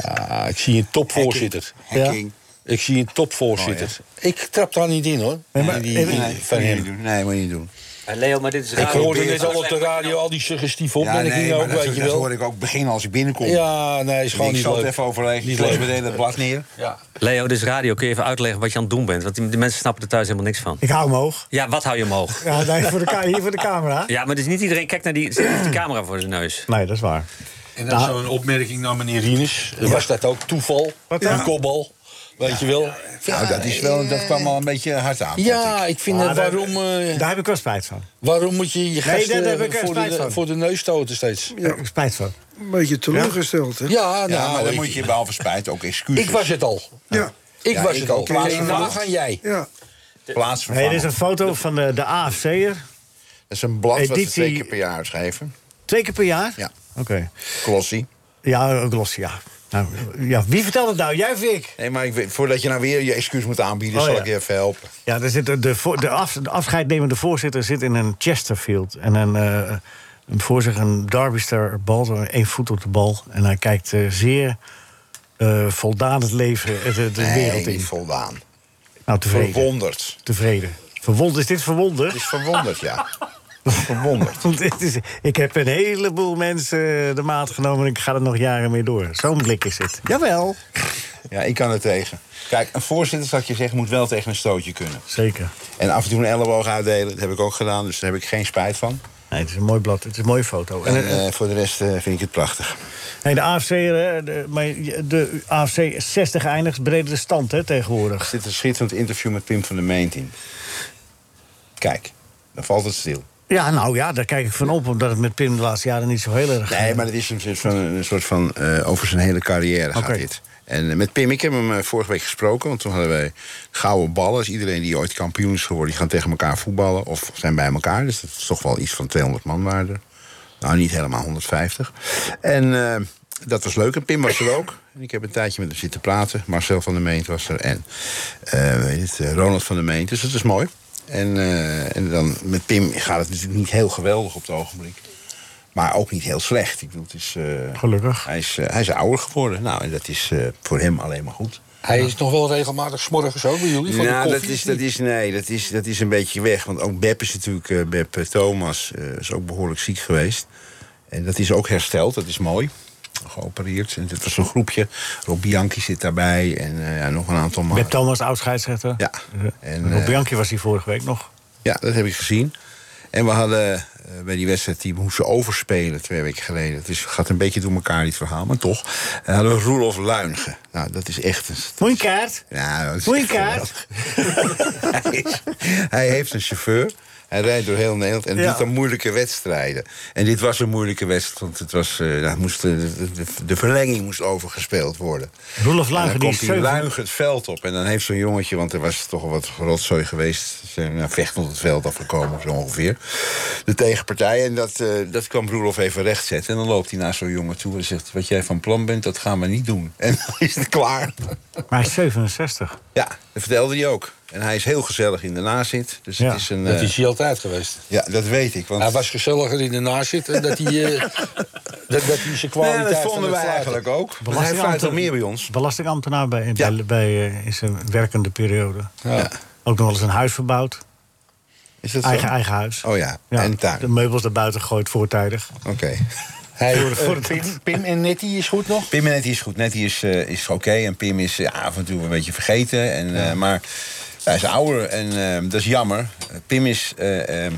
Ja, Ah, ik zie een topvoorzitter.
Hacking.
Ik zie een topvoorzitter. Oh, Ik trap daar niet in hoor.
Nee, maar-
In die- die-
Nee,
van
moet je
hem.
niet doen. Nee, moet je niet doen.
Eh, Leo, maar dit is
Ik
radio.
hoorde
Dit
net
is
al op de radio al die suggestieve opmerkingen
nee,
ook,
maar dat,
weet je
dat
wel.
hoor ik ook beginnen als ik binnenkom.
Ja, nee, is gewoon
ik
niet
zal
leuk.
het even overleggen.
Niet
Ik lees
leuk.
meteen het blad neer.
Ja.
Leo, dit is radio. Kun je even uitleggen wat je aan het doen bent? Want die, die mensen snappen er thuis helemaal niks van.
Ik hou hem hoog.
Ja, wat hou je omhoog?
Ja, nee, voor de ka- hier voor de camera.
Ja, maar dus niet iedereen kijkt naar die, zit niet de camera voor zijn neus.
Nee, dat is waar.
En dan zo'n opmerking naar meneer Rinus. Was dat ook toeval?
Wat
Een
dan?
kopbal? Weet je wel?
Nou, dat, is wel, dat kwam al een beetje hard aan. vond
Ja, ik vind
Maar
dat
daar-
waarom, eh,
Daar heb ik wel spijt van.
waarom moet je je gasten
daar heb ik echt
voor,
spijt
de,
van.
voor de neus stoten steeds?
Daar heb ik spijt van.
Een beetje teleurgesteld, hè?
Ja, nou,
ik. Ja, maar dan
ik-
moet je behalve spijt ook excuses.
Ik was het al.
Ja.
Ik
Ja,
was
ik
het al.
ook. Ja,
Ik
ik
nou
ook.
gaan jij.
ja.
Nee,
plaatsvervangen.
dit is een foto van de, de AFC'er.
Dat is een blad wat ze
Editie-
twee keer per jaar uitgeven.
Twee keer per jaar?
Ja.
Oké.
Glossy.
Ja, ook los, ja. Nou, ja. Wie vertelt het nou? Jij of ik?
Nee, maar ik weet, voordat je nou weer je excuus moet aanbieden,
Oh,
zal
ja.
ik je even helpen.
Ja, er zit de, de, voor- de, af, de afscheidnemende voorzitter zit in een Chesterfield. En een, eh, een voorzitter, een Derbyster bal, zo één voet op de bal. En hij kijkt eh, zeer eh, voldaan het leven, eh, de, de wereld
Nee,
in.
niet voldaan.
Nou, tevreden.
Verwonderd.
Tevreden. Verwond, is dit
Het
verwonderd?
is verwonderd, ja. verwonderd.
Want dit is, ik heb een heleboel mensen eh, de maat genomen en ik ga er nog jaren mee door. Zo'n blik is het. Jawel.
Ja, ik kan er tegen. Kijk, een voorzitter, zal ik je zeggen, moet wel tegen een stootje kunnen.
Zeker.
En af en toe een elleboog uitdelen, dat heb ik ook gedaan, dus daar heb ik geen spijt van.
Nee, het is een mooi blad, het is een mooie foto. En,
En
eh,
eh, voor de rest eh, vind ik het prachtig.
nee, de AFC, eh, de, maar je- de AFC 60 eindigt bredere stand hè,
Er
tegenwoordig.
zit een schitterend interview met Pim van der Meent in. Kijk, dan valt het stil.
Ja, nou ja, daar kijk ik van op, omdat het met Pim de laatste jaren niet zo heel erg
Nee, maar het is een soort van, een soort van eh, over zijn hele carrière
Oké.
gaat dit. En eh, met Pim, ik heb hem eh, vorige week gesproken, want toen hadden wij gouden ballen. Dus iedereen die ooit kampioen is geworden, die gaan tegen elkaar voetballen of zijn bij elkaar. Dus dat is toch wel iets van 200 man waren er. Nou, niet helemaal 150. En eh, dat was leuk. En Pim was er ook. En ik heb een tijdje met hem zitten praten. Marcel van der Meent was er. En eh, weet je het, eh, Ronald van der Meent. Dus dat is mooi. En, eh, en dan met Pim gaat het natuurlijk niet heel geweldig op het ogenblik. Maar ook niet heel slecht. Ik bedoel, het is, eh,
Gelukkig.
Hij is, eh, hij is ouder geworden. Nou, en dat is eh, voor hem alleen maar goed.
Hij is nog wel regelmatig smorgens ook bij jullie. Van de
Nou, dat
koffie,
is,
of
dat
niet?
is, nee, dat is, dat is een beetje weg. Want ook Beb is natuurlijk, eh, Beb eh, Thomas, eh, is ook behoorlijk ziek geweest. En dat is ook hersteld, dat is mooi. Geopereerd. En dat was een groepje. Rob Bianchi zit daarbij en eh, ja, nog een aantal man.
Beb Thomas, oud scheidsrechter.
Ja.
En,
En,
Rob
eh,
Bianchi was hier vorige week nog.
Ja, dat heb ik gezien. En we hadden eh, bij die wedstrijd die moest ze overspelen twee weken geleden. Het is, gaat een beetje door elkaar, dit verhaal, maar toch. En hadden we Roelof Luinge. Nou, dat is echt een...
Moet je een kaart?
Ja, dat is
Moet je
echt
een kaart?
geweldig. hij, is- hij heeft een chauffeur. Hij rijdt door heel Nederland en
Ja.
doet dan moeilijke wedstrijden. En dit was een moeilijke wedstrijd, want het was, eh, nou, het moest, eh, de, de- de verlenging moest overgespeeld worden.
Roelof
En dan
Luigen, die
komt
is
hij
zeven-
luig het veld op. En dan heeft zo'n jongetje, want er was toch wel wat rotzooi geweest. Ze zijn nou, vechtend het veld afgekomen, zo ongeveer. De tegenpartij. En dat, eh, dat kwam Roelof even rechtzetten. En dan loopt hij naar zo'n jongen toe en zegt... wat jij van plan bent, dat gaan we niet doen. En dan is het klaar.
Maar hij is 67.
Ja, dat vertelde hij ook. En hij is heel gezellig in de nazit. Dus
Ja.
het is een...
Dat
eh,
is hij altijd geweest.
ja, dat weet ik. Want
Hij was gezelliger in de nazit en dat hij, eh, dat, dat hij zijn kwaliteit
Nee, dat
van het
vonden wij
fluiten-
eigenlijk ook. Want hij
Belastingambtenaar-
fluit ook meer bij ons.
Belastingambtenaar bij, bij, bij, eh, in zijn werkende periode.
Ja.
Ook nog wel eens een huis verbouwd.
Is dat zo?
Eigen, eigen huis.
Oh ja, en tuin.
De meubels daarbuiten gegooid voortijdig.
Oké.
Hij,
Voor de- voor
eh,
de-
Pim, Pim en Nettie is goed nog?
Pim en Nettie is goed. Nettie is, eh, is oké. En Pim is eh, af en toe een beetje vergeten. En, eh, maar hij is ouder en eh, dat is jammer. Eh, Pim is, eh, eh, en,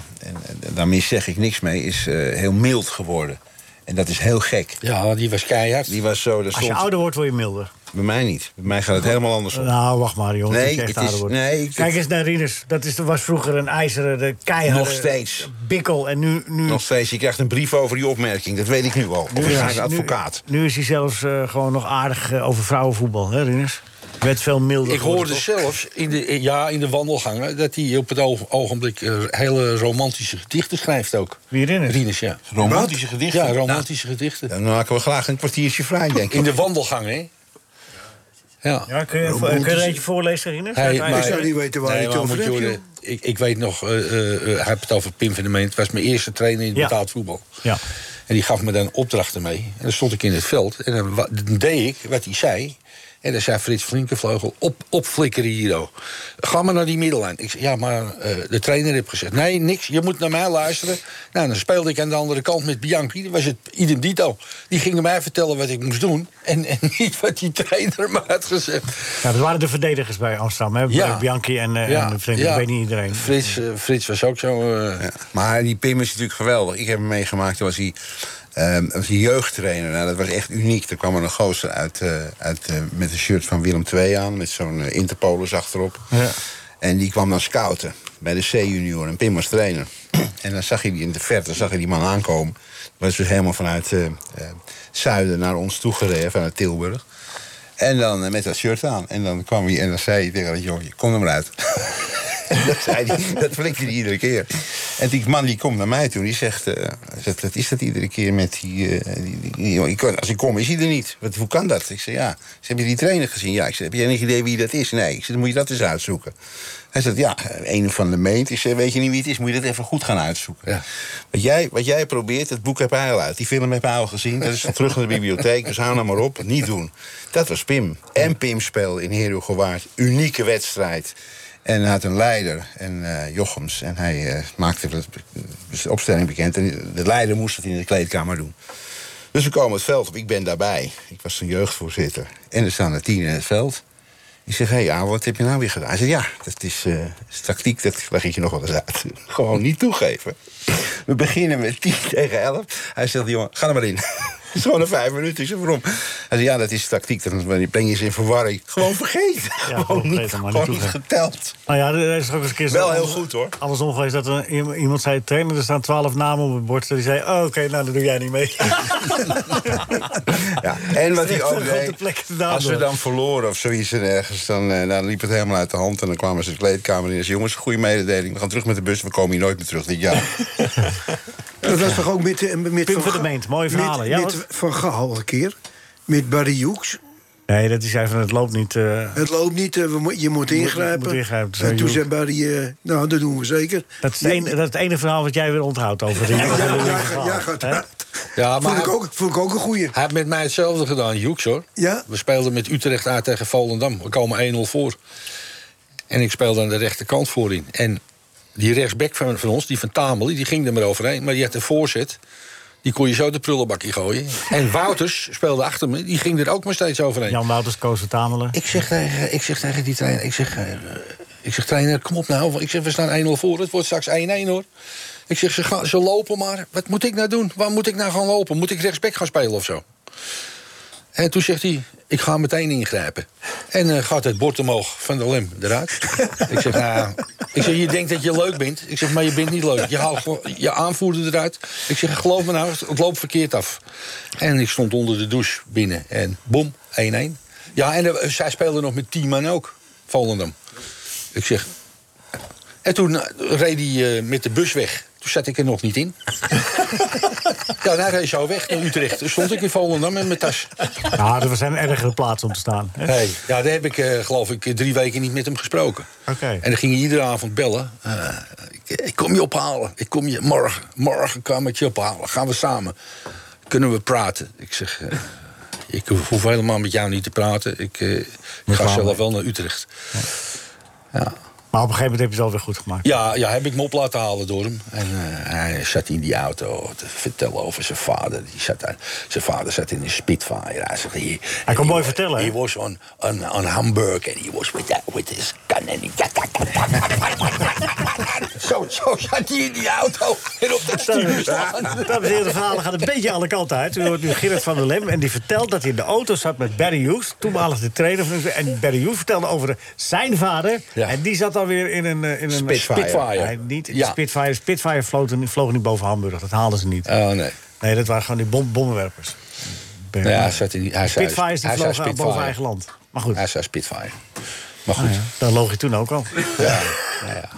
en daarmee zeg ik niks mee, is eh, heel mild geworden. En dat is heel gek.
Ja, die was keihard.
Die was zo, dat
Dus Als je
stond
ouder wordt, word je milder.
bij mij niet. Bij mij gaat het helemaal andersom.
Nou, wacht maar, jongen.
Nee,
als je echt
het
ouder
is-
wordt.
nee, ik-
Kijk eens naar Rinus. Dat is, was vroeger een ijzeren, de keiharde...
Nog steeds.
Bikkel. En nu... nu
Nog steeds, je krijgt een brief over die opmerking. Dat weet ik nu al. Of
nu
ik ga
is-
een advocaat.
Nu, nu is hij zelfs eh, gewoon nog aardig eh, over vrouwenvoetbal, hè, Rinus? Werd veel milder.
Ik hoorde
geworden,
zelfs in de, in- ja, in de wandelgangen dat hij op het oog- ogenblik eh, hele romantische gedichten schrijft ook.
Wie, Rinus?
Rinus, ja.
Romantische gedichten?
Nou.
Ja, romantische gedichten.
Dan maken we graag een kwartiertje vrij, denk
In
ik.
de wandelgangen, hè? Ja.
Ja, kun je, kun je er eentje voorlezen, Rinus? nou,
Hij-
Uit-
maar-
zou niet weten waar hij het
maar
over
moet je
hebt,
horen, ik, ik weet nog, eh, eh, eh, hij heeft het over Pim van der Meen. Het was mijn eerste trainer in het
Ja.
betaald voetbal.
Ja.
En die gaf me dan opdrachten mee. En dan stond ik in het veld. En dan, wa- dan deed ik wat hij zei. En dan zei Frits Flinkenvleugel, op, opflikkeren hier. Ga maar naar die middellijn. Ik zei, ja, maar eh, de trainer heeft gezegd... nee, niks, je moet naar mij luisteren. Nou, dan speelde ik aan de andere kant met Bianchi. Dan was het idem dito. Die gingen mij vertellen wat ik moest doen. En, en niet wat die trainer me had gezegd.
Ja, dat waren de verdedigers bij Amsterdam, hè? Bij Bianchi en, eh en Flink, ik weet niet iedereen.
Frits, eh, Frits was ook zo. eh,
Ja. Maar die Pim is natuurlijk geweldig. Ik heb hem meegemaakt, toen was hij, ehm, was hij jeugdtrainer. Nou, dat was echt uniek. Er kwam er een gozer uit, eh, uit, eh, met een shirt van Willem II aan... met zo'n eh, Interpolis achterop. En die kwam dan scouten bij de C-junior. En Pim was trainer. en dan zag je die in de verte zag je die man aankomen. Dat was dus helemaal vanuit eh, eh, zuiden naar ons toegereden, vanuit Tilburg. En dan eh, met dat shirt aan. En dan kwam hij en dan zei hij tegen dat jongetje, kom er maar uit. dat zei hij, dat flikte hij iedere keer. En die man die komt naar mij toe, die zegt, eh, hij zegt, wat is dat iedere keer met die... eh, die, die- die- ik kan- als ik kom, is hij er niet. Wat, hoe kan dat? Ik zei, ja. Ik zei, heb je die trainer gezien? Ja. Ik zei, heb je enig idee wie dat is? Nee. Ik zei, dan moet je dat eens uitzoeken. Hij zegt, ja, een van de meent. Ik zei, weet je niet wie het is? Moet je dat even goed gaan uitzoeken.
Ja.
Wat, jij, wat jij probeert, het boek heb hij al uit. Die film heb hij al gezien. Dat is terug naar de bibliotheek. Dus hou nou maar op. Niet doen. Dat was Pim. En Pim speel in Herugewaard. Unieke wedstrijd. En hij had een leider, en eh, Jochems. En hij eh, maakte de de opstelling bekend. En de leider moest het in de kleedkamer doen. Dus we komen het veld op. Ik ben daarbij. Ik was een jeugdvoorzitter. En er staan er tien in het veld. Ik zeg, hé, hey, Aal, wat heb je nou weer gedaan? Hij zegt, ja, dat is, eh, is tactiek, dat leg ik je nog wel eens uit. Gewoon niet toegeven. We beginnen met 10 tegen 11. Hij zegt, jongen, ga er maar in. Het is gewoon een vijf minuten. Ik zeg, waarom? Hij zegt, ja, dat is tactiek, dan breng je ze in verwarring. Gewoon vergeten. gewoon
vergeten,
niet,
maar niet
gewoon niet
toegeven.
geteld.
Nou ja, er is ook eens een keer zo-
Wel heel goed, hoor.
Andersom geweest dat er i- iemand zei, trainer, er staan twaalf namen op het bord. Die zei, oh, oké, nou, dan doe jij niet mee.
Ja, en wat hij
Echt een
ook
grote
deed,
plek gedaan,
als we
hoor.
dan verloren of zoiets en ergens, dan, eh, dan liep het helemaal uit de hand. En dan kwamen ze de kleedkamer in en zeiden, jongens, goede mededeling. We gaan terug met de bus, we komen hier nooit meer terug dit jaar.
Dat was toch ook met, eh, met
Pim van der
Ga-
Meent, mooie verhalen,
Met,
ja,
met
hoor.
Van Gaal een keer. Met Barry Hoeks.
Nee, dat is even, het loopt niet. eh,
Het loopt niet, eh, we mo- je moet ingrijpen.
moet ingrijpen, zei
en toen
Hoeks.
zei Barry, eh, nou, dat doen we zeker.
dat, is het ene, dat is het ene verhaal wat jij weer onthoudt over die.
Ja,
over die
ja,
verhaal,
ja, gaat
hè?
hard.
ja, maar
Vond ik,
hij,
ook, vond ik ook een goeie.
hij heeft met mij hetzelfde gedaan, Joeks hoor.
Ja?
We speelden met Utrecht aan tegen Volendam. We komen 1-0 voor. En ik speelde aan de rechterkant voorin. En die rechtsback van, van ons, die van Tamel, die ging er maar overheen. Maar die had een voorzet. Die kon je zo de prullenbakje gooien. En Wouters speelde achter me. Die ging er ook maar steeds overheen.
Jan Wouters koos het Tamelen.
Ik zeg, tegen, ik zeg tegen die trainer, ik zeg, eh, ik zeg trainer, kom op nou. Ik zeg, we staan 1-0 voor, het wordt straks 1-1 hoor. Ik zeg, ze, gaan, ze lopen maar. Wat moet ik nou doen? Waar moet ik nou gaan lopen? Moet ik rechtsback gaan spelen of zo? En toen zegt hij, ik ga meteen ingrijpen. En eh, gaat het bord omhoog van de lem eruit. ik zeg, nou, Ik zeg, je denkt dat je leuk bent. Ik zeg, maar je bent niet leuk. Je haalt gewoon je aanvoerder eruit. Ik zeg, geloof me nou, het loopt verkeerd af. En ik stond onder de douche binnen. En boom, 1-1. Ja, en eh, zij speelden nog met 10 man ook, Volendam. Ik zeg... En toen eh, reed hij eh, met de bus weg. Toen zat ik er nog niet in. ja, en hij reed zo weg naar Utrecht. Toen stond ik in Volendam met mijn tas.
Nou, er zijn ergere plaatsen om te staan. hè?
Hey, ja, daar heb ik, eh, geloof ik, eh, drie weken niet met hem gesproken.
Oké.
En dan ging hij iedere avond bellen. Eh, ik, ik kom je ophalen. Ik kom je morgen. Morgen kan ik je ophalen. Gaan we samen. Kunnen we praten? Ik zeg... eh, ik hoef helemaal met jou niet te praten. Ik eh, ga
gaan
zelf wel naar Utrecht.
Maar op een gegeven moment heb je het alweer goed gemaakt.
Ja, ja, heb ik me op laten halen door hem. En eh, hij zat in die auto te vertellen over zijn vader. Die zat daar, zijn vader zat in een Spitfire. Hij, zegt, "He-
Hij kon
he
mooi
wa-
vertellen, hè?
He was on, on, on Hamburg and he was with, that, with his gun. And he... zo, zo zat hij in die auto. En op dat stuur staan.
Dames en heren, de verhalen gaan een beetje alle kanten uit. U hoort nu Gerrit van der Lem en die vertelt dat hij in de auto zat met Barry Hughes, toenmalig de trainer. Van, en Barry Hughes vertelde over zijn vader.
Ja.
En die zat dan weer in een, eh, in een
Spitfire.
Nee, niet,
Ja.
Spitfire, Spitfire vlogen, vlogen niet boven Hamburg, dat haalden ze niet.
Oh nee.
Nee, dat waren gewoon die bom, bommenwerpers.
Nou ja, hij zat in die, hij zei-
Spitfires die
hij zei
vlogen boven Ah, eigen land. Maar goed,
Hij zei Spitfire. Maar goed.
daar loog je toen ook al.
ja. Ja, ja.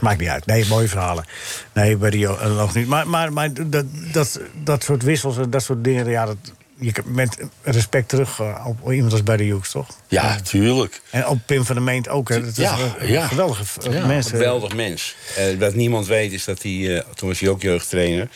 Maakt niet uit. Nee, mooie verhalen. Nee, bij Rio eh, nog niet. Maar, maar, maar dat, dat, dat soort wissels en dat soort dingen... Ja, dat, je kan- met respect terug eh, op iemand als Barry Hughes, toch?
ja, tuurlijk.
En op Pim van der Meent ook. Hè. Dat is
Ja,
een
ja.
geweldige eh,
Ja,
mensen.
Geweldig mens. Eh, wat niemand weet is dat hij, eh, toen was hij ook jeugdtrainer.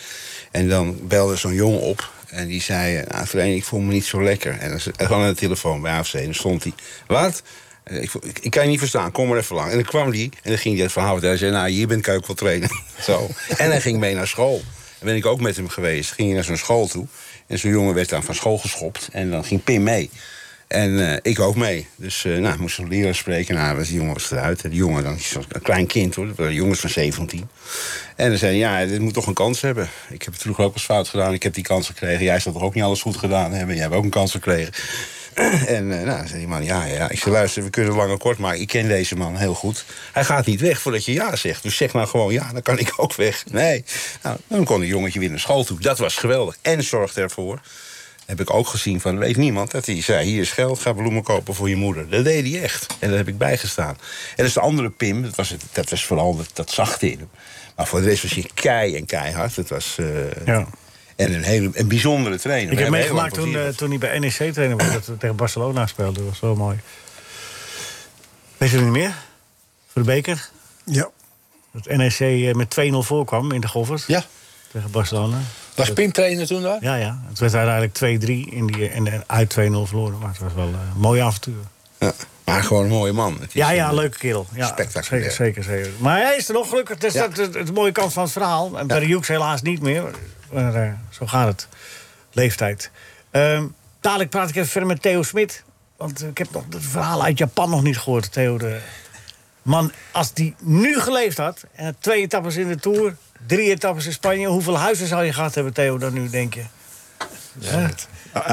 En dan belde zo'n jongen op. En die zei, eh, nou, Vereen, ik voel me niet zo lekker. En dan z- en gewoon aan de telefoon bij AFC. En dan stond hij, wat? Eh, Ik, vo- ik, ik kan je niet verstaan, kom maar even lang. En dan kwam die en dan ging hij het verhaal vertellen. Hij zei, nou, hier ben ik ook wel trainen. zo. En hij ging mee naar school. En ben ik ook met hem geweest. Ging hij naar zo'n school toe. En zo'n jongen werd dan van school geschopt. En dan ging Pim mee. En eh, ik ook mee. Dus eh nou, ik moest een leraar spreken. Nou, was die jongen was eruit. En die jongen, dan is een klein kind hoor. Dat waren jongens van 17. En dan zei hij, ja, dit moet toch een kans hebben. Ik heb het vroeger ook eens fout gedaan. Ik heb die kans gekregen. Jij zal toch ook niet alles goed gedaan hebben. Jij hebt ook een kans gekregen. En eh, nou, zei die man, ja, ja. Ik zei, luister, we kunnen het lang en kort maken. Ik ken deze man heel goed. Hij gaat niet weg voordat je ja zegt. Dus zeg maar gewoon, ja, dan kan ik ook weg. Nee. Nou, dan kon die jongetje weer naar school toe. Dat was geweldig. En zorgde ervoor heb ik ook gezien van, weet niemand, dat hij zei... hier is geld, ga bloemen kopen voor je moeder. Dat deed hij echt. En daar heb ik bijgestaan. En dat is de andere Pim, dat was, het, dat was vooral dat, dat zachte in hem. Maar voor de rest was hij kei en keihard. Het was... eh,
Ja.
En een, hele, een bijzondere trainer.
Ik heb
We hebben
meegemaakt
heel
toen,
lang
eh, toen hij bij NEC trainer was. Dat we tegen Barcelona speelde. Dat was zo mooi. Weet je het niet meer? Voor de beker?
Ja.
Dat NEC eh, met 2-0 voorkwam in de Goffers.
Ja.
Tegen Barcelona.
Was Pim trainer toen daar?
Ja, ja. Het werd uiteindelijk 2-3 in die- en eh, uit 2-0 verloren. Maar het was wel eh, een mooi avontuur.
Ja, maar gewoon een mooie man. Het is
eh, Ja, ja,
een-
leuke kerel. Ja,
Spectaculair.
Zeker, zeker, zeker. Maar hij is er nog gelukkig. Dat is dat, het, het mooie kant van het verhaal. En bij de Hughes helaas niet meer. Maar eh, zo gaat het. Leeftijd. Ehm, dadelijk praat ik even verder met Theo Smit. Want ik heb nog het verhaal uit Japan nog niet gehoord, Theo. De... Man, als die nu geleefd had... en twee etappes in de Tour, drie etappes in Spanje... hoeveel huizen zou je gehad hebben, Theo, dan nu, denk je? Hè?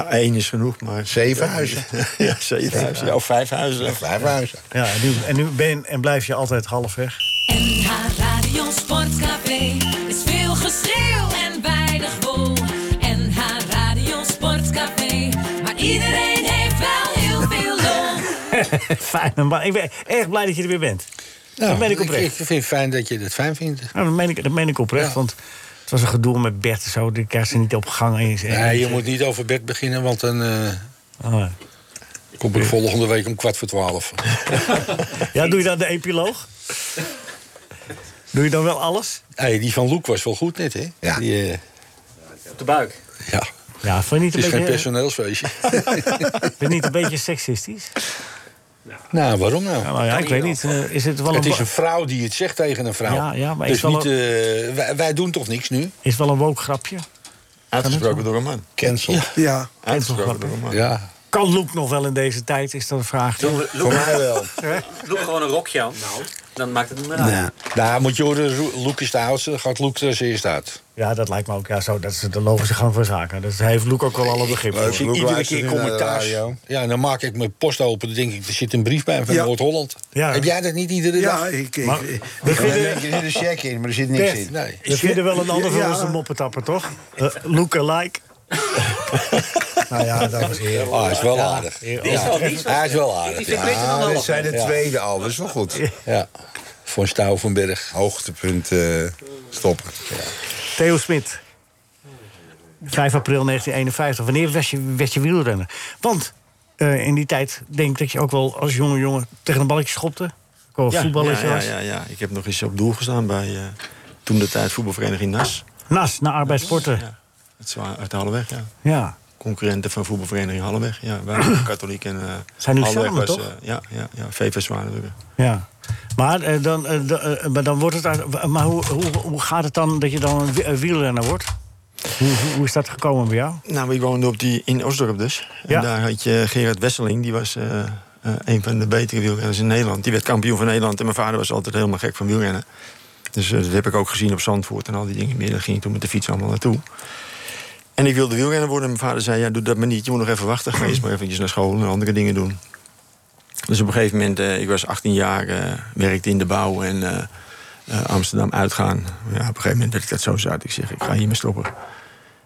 Eén Ah, is genoeg, maar...
Zeven huizen.
ja, zeven huizen. Ja, of vijf huizen.
Vijf huizen.
Ja, en nu, en nu ben je- en blijf je altijd half weg.
NH Radio Sportcafé is veel geschreeuw en weinig wol. NH Radio Sportcafé, maar iedereen heeft wel heel veel lol.
Fijn, maar ik ben erg blij dat je er weer bent. dat meen ik oprecht.
Ik, vind het fijn dat je dat fijn vindt.
Nou, dat, meen ik, dat meen ik oprecht, want het was een gedoe met Bert en zo. Die krijgt ze niet op gang. En, en-
Nee, je moet niet over bed beginnen, want dan eh,
Oh.
kom ik volgende week om kwart voor twaalf.
Ja, doe je dan de epiloog? doe je dan wel alles?
hey, die van Loek was wel goed net, hè?
Ja.
Die, eh,
Op de buik.
ja.
Ja, vond je niet
Het is
een,
geen
beetje,
personeelsfeestje.
vind je niet een beetje seksistisch?
nou, waarom nou?
Ja, nou ja, ik weet niet. eh, is het wel
het
een,
is
wo-
een vrouw die het zegt tegen een vrouw.
Ja, ja, maar
dus
is wel
niet, eh, wij, wij doen toch niks nu?
is wel een woke grapje?
Uitgesproken door een man.
Cancel. Ja.
Ja.
Uitgesproken door een man.
Kan Loek nog wel in deze tijd? Is dat een vraag?
Doe,
Voor mij wel.
gewoon een rokje aan. Nou.
dan maakt het niet meer uit.
Nou, daar moet je horen, Ro- Loek is de oudste, dan gaat Loek er als eerste uit.
Ja, dat lijkt me ook. Ja, zo, dat is de logische gang van zaken. Dus daar heeft Loek ook wel alle begrip
Ik
voor.
zie iedere keer commentaar. Ja, en dan maak ik mijn post open. Dan denk ik, er zit een brief bij me van
Ja.
Noord-Holland.
Ja.
Heb jij dat niet iedere
Ja,
dag?
ik- ik-
Maar-
ik-
Ja,
vinden-
er zit een check in, maar er zit niks
Bert,
nou,
in. Nee.
We vinden wel een ander voor
Ja.
onze moppetapper, toch? Eh, Loek en like.
nou ja, dat was
heerlijk. Ah, hij is wel aardig.
Ja.
Ja. Hij is wel aardig.
Die vind ik beter
Ah,
dan Holland. Ja.
al, dat is wel goed. Ja. eh, Von Stauffenberg.
Hoogtepunt stoppen.
Theo Smit. 5 april 1951. Wanneer werd je, werd je wielrenner? Want eh, in die tijd denk ik dat je ook wel als jonge jongen tegen een balletje schopte. Ook wel
Ja,
voetballetje
ja,
was.
ja, ja, ja. Ik heb nog eens op doel gestaan bij eh, toen de tijd voetbalvereniging NAS.
Nas, naar arbeidssporten.
Ja, het is waar, uit Halleweg, ja.
Ja.
Concurrenten van voetbalvereniging Halleweg. Ja, wij waren katholiek en eh
Zijn nu
Halleweg
samen,
was...
toch?
eh, ja, ja, ja, VV Zwaardenburg.
Ja. Maar, eh, dan, eh, da- eh, maar dan wordt het. uit- Maar hoe, hoe, hoe gaat het dan dat je dan een wi- een wielrenner wordt? Hoe, hoe, hoe is dat gekomen bij jou?
Nou, ik woonde op die, in Osdorp dus.
Ja.
En daar had je Gerard Wesseling, die was eh, eh, een van de betere wielrenners in Nederland. Die werd kampioen van Nederland en mijn vader was altijd helemaal gek van wielrennen. Dus eh, dat heb ik ook gezien op Zandvoort en al die dingen meer. Daar ging ik toen met de fiets allemaal naartoe. En ik wilde wielrenner worden. Mijn vader zei, ja, doe dat maar niet. Je moet nog even wachten. Ga eerst maar eventjes naar school en andere dingen doen. Dus op een gegeven moment, eh, ik was 18 jaar, eh, werkte in de bouw en eh, eh, Amsterdam uitgaan. Ja, op een gegeven moment werd ik dat zo zat. Ik zeg, ik ga hiermee stoppen.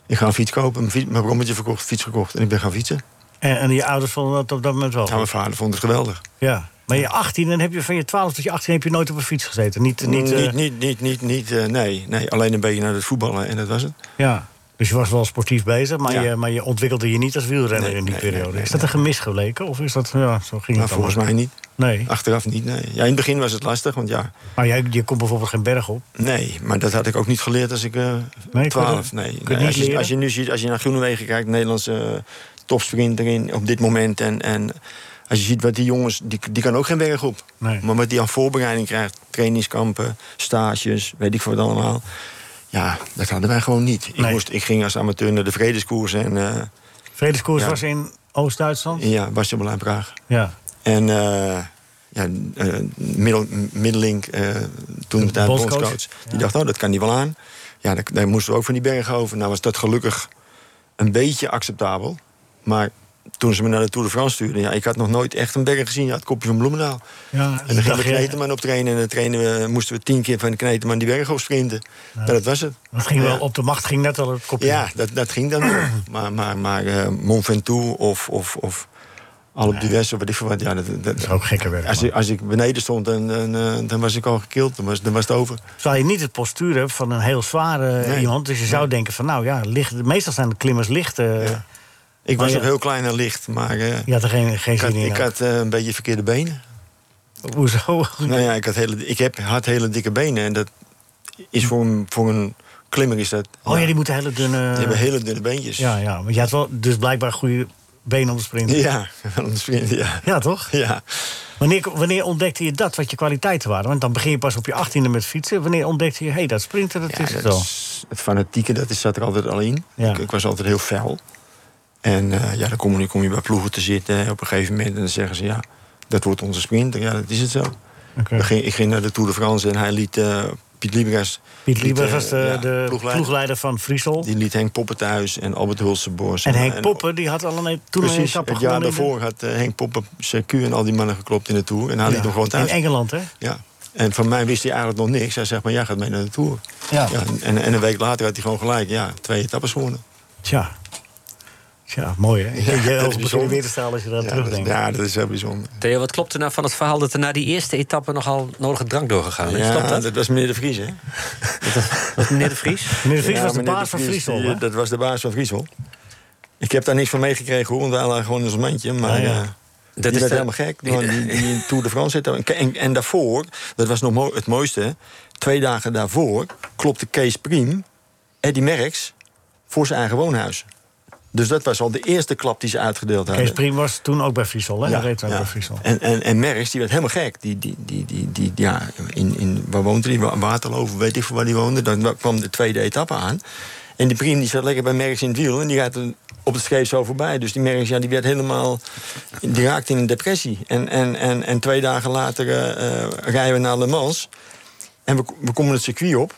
Ik ga een fiets kopen, mijn, fiets, mijn brommetje verkocht, fiets gekocht en ik ben gaan fietsen.
En, en je ouders vonden dat op dat moment wel?
Ja, mijn vader vond het geweldig.
Ja. Maar je 18, dan heb je van je 12 tot je 18 heb je nooit op een fiets gezeten. Niet, niet, eh,
niet, niet, niet, niet, niet, eh, nee, nee. Alleen een beetje naar het voetballen en dat was het.
Ja. Dus je was wel sportief bezig, maar,
Ja.
je, maar je ontwikkelde je niet als wielrenner in die periode. is dat een gemis gebleken? Of is dat, ja, zo ging
Maar
het
volgens
allemaal.
mij niet.
Nee.
Achteraf niet, nee. Ja, in het begin was het lastig, want ja,
Maar jij, je komt bijvoorbeeld geen berg op.
nee. Maar dat had ik ook niet geleerd als ik eh
Nee, ik
12,
kon het-
nee.
kon het
nee,
niet
als, je,
leren.
als je nu ziet, als je naar Groenewegen kijkt, Nederlandse eh, topsprinter in, op dit moment. En, en als je ziet wat die jongens, die, die kan ook geen berg op.
Nee.
Maar wat die aan voorbereiding krijgt, trainingskampen, stages, weet ik wat allemaal. Ja, dat hadden wij gewoon niet. Ik, moest, ik ging als amateur naar de vredeskoers en eh
Vredeskoers
Ja.
was in Oost-Duitsland?
ja, Bastian en Praag.
Ja.
En eh, ja, eh, middel, Middelink, eh, toen de tijd
bondscoach.
bondscoach, die dacht, oh, dat kan die wel aan. Ja, daar, daar moesten we ook van die bergen over. Nou was dat gelukkig een beetje acceptabel. Maar toen ze me naar de Tour de France stuurden... Ja, ik had nog nooit echt een berg gezien uit het kopje van Bloemendaal.
Ja,
En dan
dacht
gingen we
je-
Kneteman op trainen. En dan trainen we, moesten we tien keer van Kneteman die berg op sprinten. Ja. dat was het.
Dat ging wel,
Ja.
op de macht ging net al het kopje.
Ja, dat, dat ging dan wel. Maar, maar, maar eh, Mont Ventoux of, of, of Alpe d'Huez of wat ik veel wat. Ja, dat, dat, is
ook gekker werk.
Als ik, als ik beneden stond, dan, dan, eh, dan was ik al gekild. Dan was, dan was het over.
Terwijl je niet het postuur hebt van een heel zware eh,
Nee.
iemand. Dus je zou denken van, nou ja, licht, meestal zijn de klimmers licht. eh,
Ik
maar
was
ja,
nog heel klein en licht, maar... eh,
Je had er geen, geen
ik
zin
had,
in.
ik had eh, een beetje verkeerde benen.
Hoezo? Oh,
Nou ja, ik had hele, ik heb, had hele dikke benen. En dat is voor een, voor een klimmer is dat...
oh ja, die moeten hele dunne...
Die hebben hele dunne beentjes.
Ja, ja. Want je had wel dus blijkbaar goede benen om te sprinten.
Ja, wel een sprint, ja.
Ja, toch?
Ja.
Wanneer, wanneer ontdekte je dat, wat je kwaliteiten waren? Want dan begin je pas op je achttiende met fietsen. Wanneer ontdekte je, hé, hey, dat sprinten, dat
Ja,
is het
dat
wel.
is- het fanatieke, dat is, zat er altijd al in.
Ja.
Ik, ik was altijd heel fel. En eh, ja, dan kom, je- kom je bij ploegen te zitten hè, op een gegeven moment. En dan zeggen ze, ja, dat wordt onze sprinter. Ja, dat is het zo.
Oké.
Ik, ging, ik ging naar de Tour de France en hij liet eh, Piet Liebergas...
Piet Lieber
liet, eh,
was de,
ja,
de ploegleider. van Friesel.
Die liet Henk Poppen thuis en Albert Hulsenborst.
En Henk Poppen, die had al een, toen een
Precies,
etappe
het jaar
gewonnen in de-
daarvoor had eh, Henk Poppen CQ en al die mannen geklopt in de Tour. En hij liet
Ja,
hem gewoon thuis.
In Engeland, hè?
Ja. En van mij wist hij eigenlijk nog niks. Hij zegt, maar jij gaat mee naar de Tour.
Ja.
en- en, en een week later had hij gewoon gelijk. Ja, twee etappes gewonnen.
Tja. Tja, mooi, hè?
Ja,
Je- je
dat
ogen
is
beginnen
bijzonder.
weer te staan als je daar
Ja, dat,
terugdenkt.
ja, dat is heel bijzonder.
Theo, wat klopt er nou van het verhaal dat er na die eerste etappe nogal nodige drank doorgegaan is?
Ja,
Klopt
dat?
dat?
was meneer De Vries, hè?
Was meneer De Vries?
Meneer De Vries
Ja,
was de
meneer
baas van
Vries,
Friesel,
die, eh,
hè?
Dat was de baas van Friesel. Ik heb daar niks van meegekregen, hoor, want wij lagen gewoon in ons mandje. Maar
Ja, ja.
eh,
Dat
die
is
werd
de-
helemaal gek. Die, die, die in Tour de France zit. En, en, en daarvoor, dat was nog mo- het mooiste... hè, twee dagen daarvoor klopte Kees Priem Eddie Merckx voor zijn eigen woonhuis. Dus dat was al de eerste klap die ze uitgedeeld hadden.
Kees Priem was toen ook bij Friesel, hè?
Ja,
Ja, reed toen ook
ja.
bij Friesel.
En, en, en Merks, die werd helemaal gek. Die, die, die, die, die, ja, in, in, waar woonde hij? Wa- Waterloo, of weet ik veel waar die woonde. Dan wa- kwam de tweede etappe aan. En die priem die zat lekker bij Merks in het wiel. En die gaat er op het scheef zo voorbij. Dus die Merks, ja, die werd helemaal... Die raakte in een depressie. En, en, en, en twee dagen later eh, eh, rijden we naar Le Mans. En we, we komen het circuit op.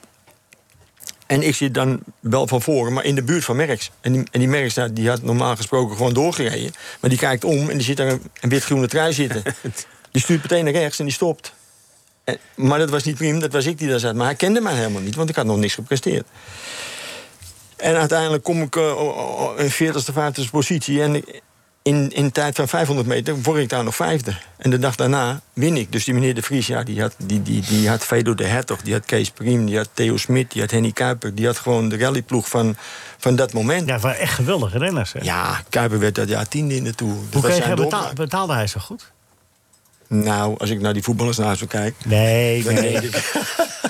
En ik zit dan wel van voren, maar in de buurt van Merks. En die, en die Merks daar, die had normaal gesproken gewoon doorgereden. Maar die kijkt om en die zit daar een, een wit-groene trui zitten. Die stuurt meteen naar rechts en die stopt. En- Eh, maar dat was niet prima, dat was ik die daar zat. Maar hij kende mij helemaal niet, want ik had nog niks gepresteerd. En uiteindelijk kom ik eh, o- o- in 40ste, 50ste positie. En ik- in, in een tijd van 500 meter word ik daar nog vijfde. En de dag daarna win ik. Dus die meneer De Vries, ja, die, had, die, die, die had Vedo de Hertog, die had Kees Priem, die had Theo Smit, die had Henny Kuiper. Die had gewoon de rallyploeg van, van dat moment. Ja,
het waren echt geweldige renners. Hè?
Ja, Kuiper werd dat jaar tiende in de Tour. Dat
Hoe
was
kreeg
zijn
hij
doorbraak.
betaald, betaalde hij zo goed?
Nou, als ik naar die voetballers naast me kijk...
Nee,
dan
nee.
denk ik-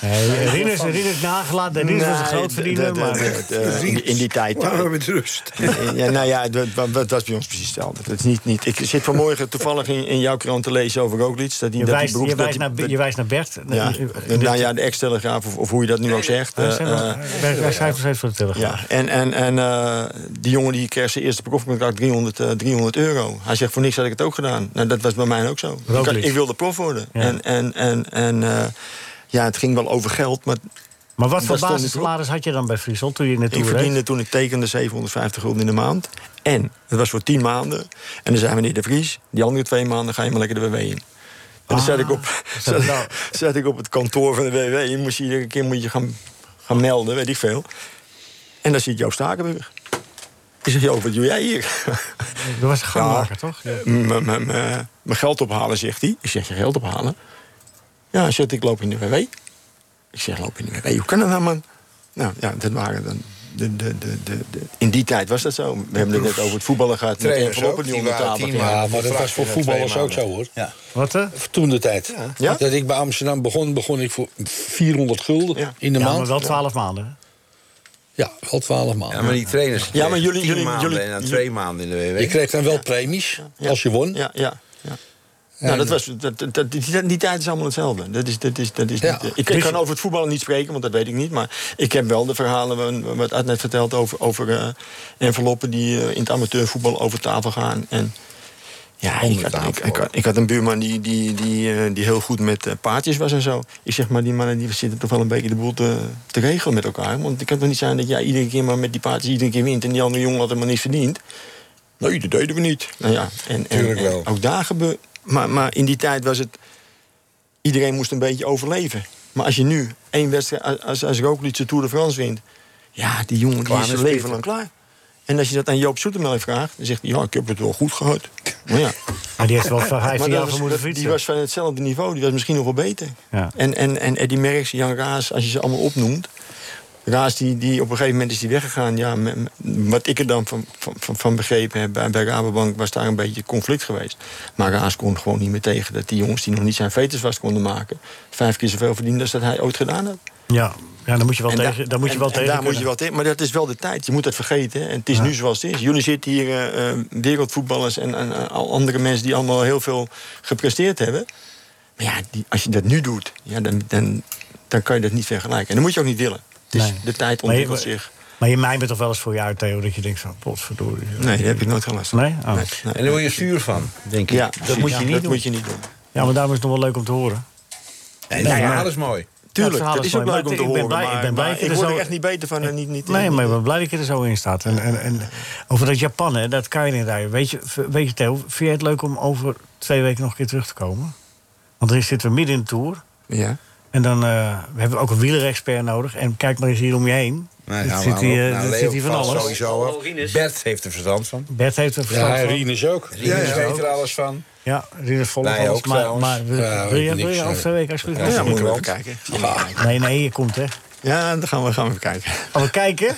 Nee, Rinus, Rinus nagelaten. Rinus was een
Nee,
grootverdiener,
dat- dat-
maar...
dat- dat- in, in die tijd.
Waarom
met rust. Ja, nou ja, dat, dat, dat is bij ons precies hetzelfde. Dat is niet, niet. Ik zit vanmorgen toevallig in, in jouw krant te lezen over Roglic. Dat die, dat
Je
die
wijst,
beroep-
je,
dat
wijst
die-
naar, je wijst naar Bert.
ja,
Eh, eh,
nou ja, de ex-telegraaf, of, of hoe je dat nu ook zegt.
Hij
eh,
zijn wel-
eh,
Bert, Wij schrijven even voor de telegraaf.
ja, en, en, en eh, die jongen die kreeg zijn eerste profcontract 300, eh, 300 euro. Hij zegt, voor niks had ik het ook gedaan. Nou, dat was bij mij ook zo. Ik, had-
Roglic.
ik wilde prof worden.
Ja.
En, en, en, en eh, ja, het ging wel over geld, maar...
Maar wat voor
dat stond niet op.
basissalaris had je dan bij Friesel toen je in de
Ik
Tour reed?
verdiende toen ik tekende 750 gulden in de maand. En dat was voor 10 maanden. En dan zei meneer De Vries, die andere twee maanden ga je maar lekker de WW in. En dan zat,
Ah.
ik op, zat,
nou.
zat ik op het kantoor van de WW. Je moest je iedere keer moet je gaan, gaan melden, weet ik veel. En dan zit Joost Stakenburg. Ik zeg, Joost, wat doe jij hier?
Dat was een gangmaker,
Ja.
toch?
M- m- m- Mijn geld ophalen, zegt hij. Ik zeg, je geld ophalen? Ja, hij zegt, ik loop in de WW. Ik zeg, loop in de WW? Hoe kan dat nou, man? Nou, ja, dat waren dan... De, de, de, de, de- In die tijd was dat zo. We hebben het net over het voetballen gehad. Met
Trainers
enveloppen
ook,
die
die
onder
waren
tafel
tien
gingen.
maanden. Ja, maar dat was voor voetballers ook zo, hoor.
Ja.
Wat, eh? hè?
Toen de tijd.
Ja?
Dat ik bij Amsterdam begon, begon ik voor 400 gulden in de
ja,
maand.
maar wel twaalf maanden.
Ja, wel 12 maanden.
Ja, maar die trainers.
Ja, maar jullie-
tien
jullie-
maanden
jullie-
en dan
jullie-
twee maanden in de WW.
Je kreeg dan wel premies als je won.
Ja, ja. Nou, dat was, dat, dat, dat- die, die tijd is allemaal hetzelfde. Dat is, dat is, dat is niet, ik, ik kan over het voetballen niet spreken, want dat weet ik niet. Maar ik heb wel de verhalen wa- wat Ad net verteld over, over eh, enveloppen die eh, in het amateurvoetbal over tafel gaan. En, ja, ik had, ik, ik, had, ik had een buurman die, die, die, eh, die heel goed met eh, paardjes was en zo. Ik zeg maar, die mannen die zitten toch wel een beetje de boel te, te regelen met elkaar. Want het kan toch niet zijn dat jij iedere keer maar met die paardjes iedere keer wint... en die andere jongen had helemaal niets verdiend. Nee, dat deden we niet. Nou ja, en, en,
Tuurlijk
en
wel.
ook daar gebeurde... Maar, maar in die tijd was het... Iedereen moest een beetje overleven. Maar als je nu één wedstrijd... als- Als, als Roglic de Tour de France wint... Ja, die jongen die
Klaar
is
met
zijn leven
spitten.
lang klaar. En als je dat aan Joop Soetemelk vraagt... dan zegt hij, ja, ik heb het wel goed gehad. Maar ja.
Maar die heeft wel van
Maar
15
dat
jaar
was-
van moeten
dat-
fietsen.
Die was van hetzelfde niveau, die was misschien nog wel beter.
Ja.
En, en, en Eddie Merckx, Jan Raas, als je ze allemaal opnoemt... Raas, die, die op een gegeven moment is die weggegaan. Ja, me- me- wat ik er dan van, van, van, van begrepen heb, bij, bij Rabobank was daar een beetje conflict geweest. Maar Raas kon gewoon niet meer tegen dat die jongens die nog niet zijn veters was konden maken... vijf keer zoveel verdienden als dat hij ooit gedaan had.
Ja, ja dan moet je wel
En
tegen,
daar-
dan moet je wel
en- en
tegen
daar moet je
kunnen.
wel tegen. Maar dat is wel de tijd. Je moet dat vergeten. hè. En het is nu zoals het is. Jullie zitten hier, eh, eh, wereldvoetballers en, en eh, al andere mensen die allemaal heel veel gepresteerd hebben. Maar ja, die, als je dat nu doet, ja, dan, dan, dan kan je dat niet vergelijken. En dan moet je ook niet willen. Het is,
Nee.
De tijd
Maar je-
ontwikkelt zich.
Maar je mijmert toch wel eens voor je uit, Theo, dat je denkt van, potverdorie.
Nee, daar heb ik nooit gelast.
Nee? Oh.
En daar word je zuur van, denk ik.
Ja,
dat moet je niet
dat
doen.
Moet je niet doen.
Ja, maar daarom is het nog wel leuk om te horen.
Nou
En
Nee,
dat
maar-
verhaal is mooi.
Tuurlijk,
verhaal
dat,
is
is ook
mooi,
leuk
maar
om te
ik ben
horen.
blij- ik
maar,
ben blij
maar
dat je
ik
er
word
zo-
er echt niet beter van. En niet, niet,
Nee, maar ik ben blij dat je er zo in staat. En, en, en over dat Japan, hè, dat kan je niet rijden. Weet je, weet je, Theo, vind jij het leuk om over twee weken nog een keer terug te komen? Want dan zitten we midden in de Tour.
Ja.
En dan eh, we hebben we ook een wielerexpert nodig. En kijk maar eens hier om je heen.
Nou,
Dit
nou,
zit
hou
hier,
op. Nou,
dit
Leo
zit hier van
valt
alles.
Sowieso af. Bert heeft er verstand van.
Bert heeft er verstand van.
Rinus ook. Rinus
ja,
weet
ook.
er alles van.
Ja, Rinus volgt
Wij
alles.
ook
Maar,
trouwens.
maar wil,
Ja,
wil je,
niks,
wil je
nee.
over twee weken alsjeblieft?
Ja,
nog
moet
een
ik
keer
wel.
terug?
kijken.
Nee, nee, je komt hè.
Ja, dan gaan we, gaan we even kijken.
Oh, we kijken?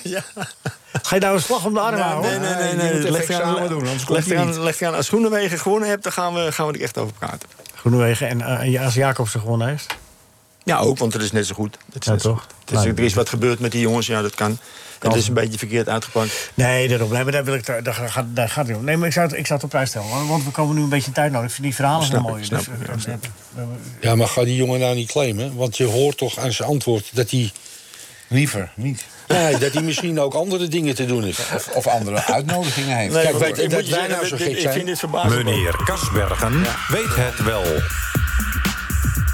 Ga je nou een slag om de arm houden?
Nee, nee, nee.
Je
nee,
moet het
leg eraan-
examen doen, anders komt
leg
hij
eraan-
niet.
Leg eraan, als Groenewegen gewonnen hebt, dan gaan we, gaan we er echt over praten.
Groenewegen en eh, ja, als Jacobsen gewonnen heeft.
Ja, ook, want het is net zo goed. Het is
Ja,
net zo
toch?
goed. Het is-
Nou,
er is wat gebeurd met die jongens, ja, dat kan.
Kan.
Het is een beetje verkeerd uitgepakt.
Nee, daarom. Nee, maar daar, wil ik, daar, daar, gaat- daar gaat het om. Nee, maar ik zou het, ik zou het op prijs stellen. want- Want we komen nu een beetje in tijd nodig. Ik vind die verhalen zo
Snap ik,
mooi.
snap
Dus,
ik,
eh,
ja,
eh,
snap
eh,
Ja, maar ga die jongen nou niet claimen? Want je hoort toch aan zijn antwoord dat hij...
Liever niet.
Nee, dat hij misschien ook andere dingen te doen heeft.
Of, of andere uitnodigingen heeft.
Nee,
Kijk,
maar
weet,
ik moet
dat
je
wij
zeggen,
nou zo
dit-
gek
ik
zijn.
vind dit verbazing.
Meneer Kasbergen weet het wel.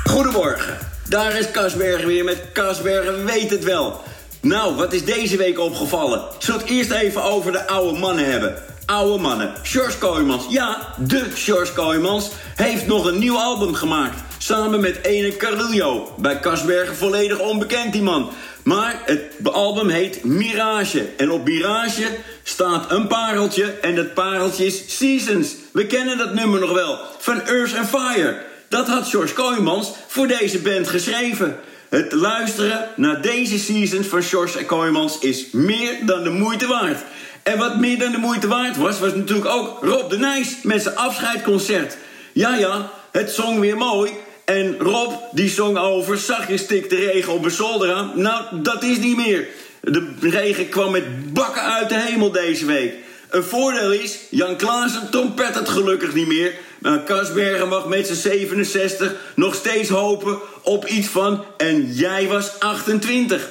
Goedemorgen, daar is Kasbergen weer met Kasbergen weet het wel. Nou, wat is deze week opgevallen? Zullen we het eerst even over de oude mannen hebben? Oude mannen. George Kooijmans, ja, de George Kooijmans, heeft nog een nieuw album gemaakt. Samen met ene Carrillo. Bij Kasbergen volledig onbekend, die man. Maar het album heet Mirage. En op Mirage staat een pareltje. En dat pareltje is Seasons. We kennen dat nummer nog wel. Van Earth and Fire. Dat had George Kooijmans voor deze band geschreven. Het luisteren naar deze seasons van George Kooijmans is meer dan de moeite waard. En wat meer dan de moeite waard was, was natuurlijk ook Rob de Nijs met zijn afscheidconcert. Ja, ja, het zong weer mooi. En Rob, die zong over zachtjes tik de regen op een zolder aan. Nou, dat is niet meer. De regen kwam met bakken uit de hemel deze week. Een voordeel is, Jan Klaassen trompet het gelukkig niet meer. Maar Kasbergen mag met zijn 67 nog steeds hopen op iets van... en jij was 28.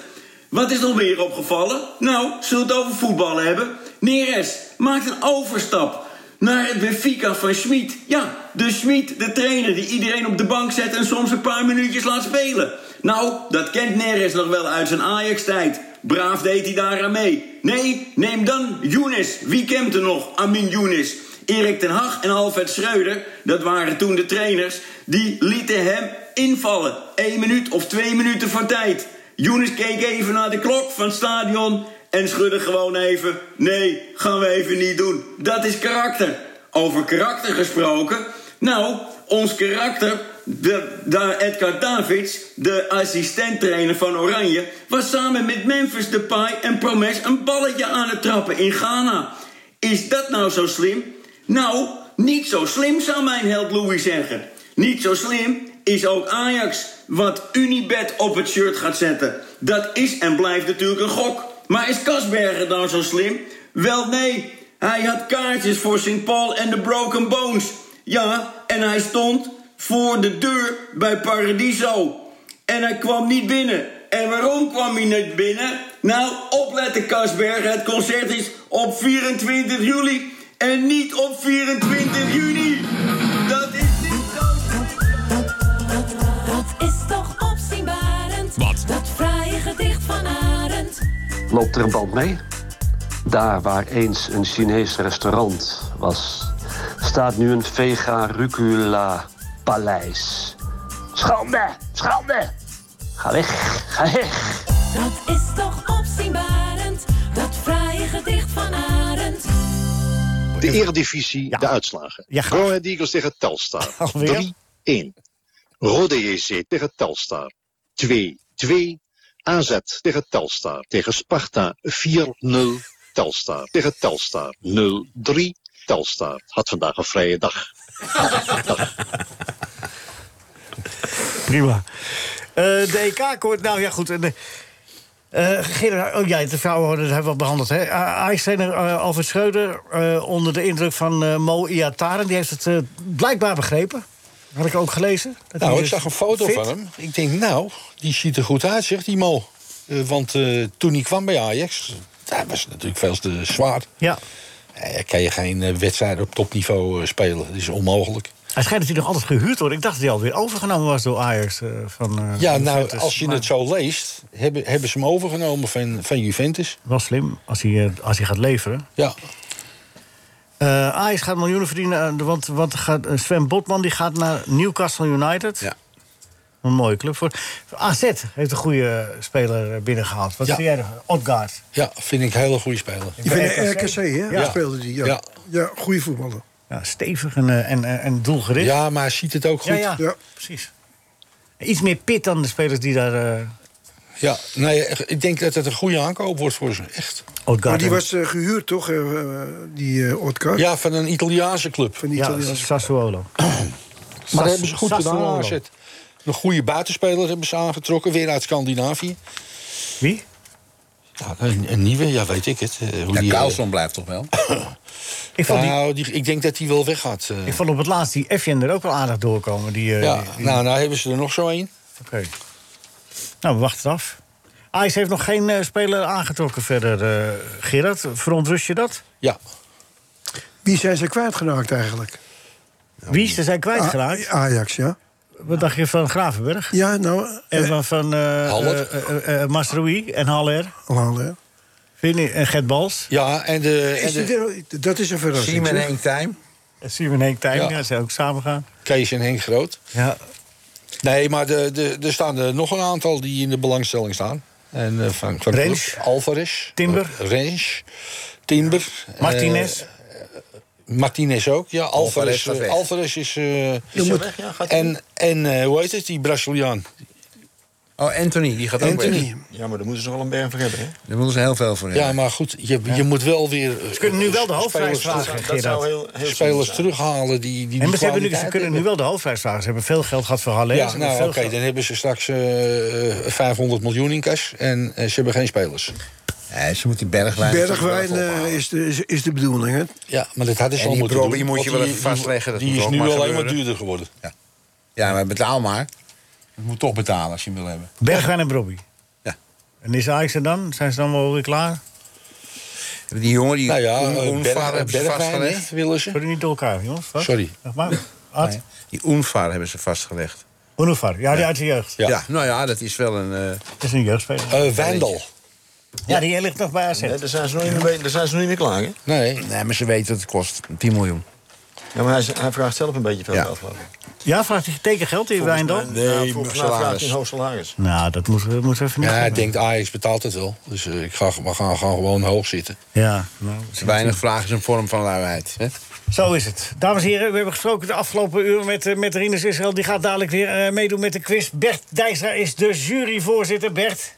Wat is nog meer opgevallen? Nou, zullen we het over voetballen hebben? Neres maakt een overstap naar het Benfica van Schmid. Ja, de Schmid, de trainer die iedereen op de bank zet... en soms een paar minuutjes laat spelen. Nou, dat kent Neres nog wel uit zijn Ajax-tijd. Braaf deed hij daaraan mee. Nee, neem dan Younes. Wie kent er nog? Amin Younes. Erik ten Hag en Alfred Schreuder, dat waren toen de trainers... die lieten hem invallen. Eén minuut of twee minuten voor tijd. Younes keek even naar de klok van het stadion... en schudde gewoon even... nee, gaan we even niet doen. Dat is karakter. Over karakter gesproken... Nou, ons karakter, de, de Edgar Davids, de assistenttrainer van Oranje... was samen met Memphis Depay en Promes een balletje aan het trappen in Ghana. Is dat nou zo slim? Nou, niet zo slim zou mijn held Louis zeggen. Niet zo slim is ook Ajax, wat Unibet op het shirt gaat zetten. Dat is en blijft natuurlijk een gok. Maar is Kasberger nou zo slim? Wel nee, hij had kaartjes voor St. Paul en de Broken Bones. Ja, en hij stond voor de deur bij Paradiso. En hij kwam niet binnen. En waarom kwam hij niet binnen? Nou, opletten Kasberg, het concert is op 24 juli en niet op 24 juni. Dat is
Dat is toch opzienbarend?
Wat?
Dat fraaie gedicht van Arend.
Loopt er een band mee? Daar waar eens een Chinees restaurant was, staat nu een vega rucola paleis. Schande! Schande! Ga weg! Ga weg!
Dat is toch opzienbarend? Dat fraaie gedicht van Arend.
De Eredivisie, de uitslagen. Ja, Go Ahead Eagles tegen Telstar. 3-1. Rode JC tegen Telstar. 2-2. AZ tegen Telstar. Tegen Sparta 4-0. Telstar. Tegen Telstar 0-3. Telstar had vandaag een vrije dag.
Prima. Eh, de EK koort, nou ja, goed. en, eh, eh, Gerard, oh ja, de vrouwen dat hebben we al behandeld. hè. Ajax-trainer eh, Alfred Schreuder, eh, onder de indruk van eh, Mo Iataren... die heeft het eh, blijkbaar begrepen. Had ik ook gelezen. Dat
Nou,
hij
ik
dus
zag een foto
fit-
van hem. Ik denk, nou, die ziet er goed uit, zegt die Mo. Eh, want eh, toen hij kwam bij Ajax, daar was het natuurlijk veel te zwaar.
Ja.
Eh, kan je geen eh, wedstrijd op topniveau eh, spelen. Dat is onmogelijk.
Hij schijnt natuurlijk nog altijd gehuurd worden. Ik dacht dat hij alweer overgenomen was door Ajax. eh, van, eh,
Ja,
van
nou,
Juventus.
als je
Maar
het zo leest, hebben, hebben ze hem overgenomen van, van Juventus.
Wel slim, als hij, eh, als hij gaat leveren.
Ja.
Eh, Ajax gaat miljoenen verdienen, eh, want, want gaat, eh, Sven Botman die gaat naar Newcastle United. Een mooie club. Voor. AZ heeft een goede speler eh, binnengehaald. Wat
Ja.
vind jij ervan? Odgaard.
Ja, vind ik een hele goede speler.
Die van RKC, hè?
Ja.
Ja. Speelde die, ja.
Ja.
Ja, goede voetballer.
Ja, stevig en, eh, en, eh, en doelgericht.
Ja, maar hij ziet het ook
Ja,
goed.
ja,
Ja.
precies. Iets meer pit dan de spelers die daar... eh,
Ja, nee, ik denk dat het een goede aankoop wordt voor ze. Echt.
Maar die was eh, gehuurd, toch? eh, eh, die eh Odkar?
Ja, van een Italiaanse club.
Van de Italiaanse-
Sassuolo.
Maar
Sassu-
daar hebben ze goed gedaan
Sassuolo.
AZ. Een goede buitenspeler hebben ze aangetrokken, weer uit Scandinavië.
Wie?
Ja, een, een nieuwe, ja, weet ik het. eh, Hoe
Ja,
die, eh,
Carlson blijft toch wel?
Ik vond die-
nou, die, ik denk dat hij wel weggaat. eh.
Ik vond op het laatst die Effjen er ook wel aardig doorkomen. Die, eh,
ja,
die-
nou, nou hebben ze er nog zo één.
Oké. Nou, we wachten het af. Ajax heeft nog geen eh, speler aangetrokken verder, eh, Gerard. Verontrust je dat?
Ja.
Wie zijn ze kwijtgeraakt eigenlijk?
Wie ze zijn
Ah,
kwijtgeraakt?
A- Ajax, ja.
Wat dacht je van Gravenberg?
Ja, nou...
En van, van eh,
Haller.
eh, eh, eh, Masroei en Haller.
Haller.
Vind je, en Gert Bals.
Ja, en de...
Is dit weer- dat is een verrassing.
Siem en
zeg.
Henk Tijm.
Siem en Henk Tijm,
Ja.
ja, ze ook samen gaan.
Kees en Henk Groot.
Ja.
Nee, maar de- de- er staan er nog een aantal die in de belangstelling staan. En, eh, van, van
Rens.
Alvarez.
Timber.
eh, Rens. Timber.
Martinez.
eh, Martinez ook, ja.
Alvarez
Alvarez,
gaat
eh,
weg.
Alvarez is... eh,
hij weg? Ja, gaat hij-
en en eh, hoe heet het, die Braziliaan?
Oh, Anthony, die gaat ook
Anthony.
weg.
Ja, maar daar moeten ze nog wel een berg voor hebben, hè?
Daar willen ze heel veel voor hebben.
Ja, maar goed, je, je moet wel weer... eh,
Ze kunnen nu wel de hoofdprijs
spelers
vragen,
terug-
Gerard. Dat zou heel- heel zonde
Spelers
zijn.
terughalen die, die
en
die
maar ze, hebben nu, ze
kwaliteit eh,
kunnen nu wel de hoofdprijs vragen. Ze hebben veel geld gehad voor Haller.
ja,
ze hebben
nou oké,
veel geld-
dan hebben ze straks eh, eh, 500 miljoen in cash en eh, ze hebben geen spelers.
Nee, ze moeten die Bergwijn...
Bergwijn eh, is, de, is, is de bedoeling, hè?
Ja, maar dat hadden ze
En
al
die
moeten
Brobby
doen.
moet je
want
wel
die-
even vastleggen, dat
Die,
moet
is
ook
nu
maar
alleen
gebeuren.
maar duurder geworden.
Ja, maar betaal maar. Je moet toch betalen als je hem wil hebben.
Bergwijn en Brobby.
Ja.
En is Ajax er dan? Zijn ze dan wel weer klaar?
Die jongen, die
Nou ja,
on-
eh, Berg-
onvaar hebben ze
Bergwijn,
vastgelegd.
hè, willen ze.
Zullen niet door elkaar, jongens? Wat?
Sorry.
Zeg maar. Ad?
Nee, Die onvaar hebben ze vastgelegd.
Unifar. Ja, die uit de jeugd.
Ja. nou ja, dat is wel een... eh,
Dat is een jeugdspeler.
Eh Wijndal.
Ja, die ligt nog bij AZ.
Nee, daar, zijn ze nog niet mee, daar zijn ze nog niet meer klaar, hè?
Nee.
nee, maar ze weten dat het kost 10 miljoen.
Ja, maar hij, is- hij vraagt zelf een beetje veel
Ja.
geld, geloof ik.
Ja, vraagt hij tegen geld in
Volgens
Wijndal?
mij- ja, volgens mij
salaris.
vraagt hij een hoog salaris.
Nou, dat moeten we, moeten we even niet
Ja, ik
zeggen.
denk Ajax betaalt het wel. Dus eh, ik ga, we gaan, gaan gewoon hoog zitten.
Ja, nou,
Weinig vraag is een vorm van luiheid. Hè?
Zo is het. Dames en heren, we hebben gesproken de afgelopen uur met, eh, met Rinus Israël. Die gaat dadelijk weer eh, meedoen met de quiz. Bert Dijkstra is de juryvoorzitter. Bert,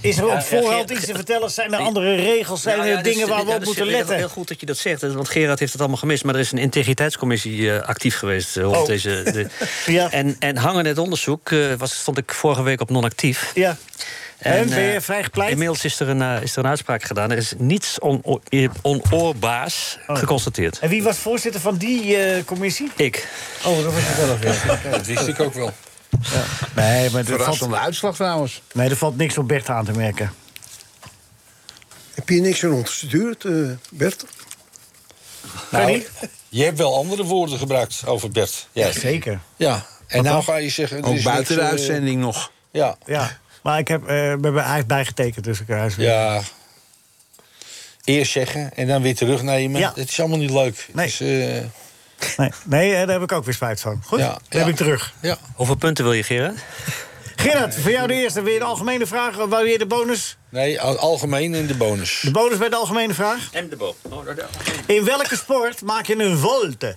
is er
Ja,
op
ja,
voorhand
Geert-
iets te vertellen? Zijn er andere regels? Zijn
Nou ja,
er
dat
dingen
is-
waar we
ja,
op
dat is
moeten letten?
Heel goed dat je dat zegt, want Gerard heeft het allemaal gemist. Maar er is een integriteitscommissie eh, actief geweest eh,
Oh.
rond deze. De, en, en hangend het onderzoek eh, was, stond ik vorige week op non-actief.
Ja. En ben je
eh,
vrijgepleit?
Inmiddels is er, een, eh, is er een uitspraak gedaan. Er is niets ono- eh, onoorbaars
Oh.
geconstateerd.
En wie was voorzitter van die eh, commissie?
Ik.
Oh, dat was het wel nog weer.
Dat wist ik ook wel.
Nee, maar er valt,
Verrassende uitslag trouwens.
nee, er valt niks op Bert aan te merken.
Heb je niks aan ons gestuurd, eh, Bert?
Nou,
eh,
je hebt wel andere woorden gebruikt over Bert. Ja,
Zeker.
Ja, en
Wat
nou
dan?
ga je zeggen... er
Dus
Ook
is
buiten de
niks, eh,
uitzending nog.
Ja,
Ja. Maar ik heb, eh, ben bij- hij heeft bijgetekend, dus ik hij is weer-
ja. Eerst zeggen en dan weer terugnemen.
Ja.
Het is allemaal niet leuk.
Nee.
Dus, eh,
Nee, nee, eh, daar heb ik ook weer spijt van. Goed,
Ja,
dat
ja.
heb ik terug.
ja.
Hoeveel punten wil je, Gerard?
Gerard, voor jou de eerste. Weer de algemene vraag, of weer de bonus?
Nee, al- algemeen in de bonus.
De bonus bij de algemene vraag.
En de boom. Oh, dat-
In welke sport maak je een volte?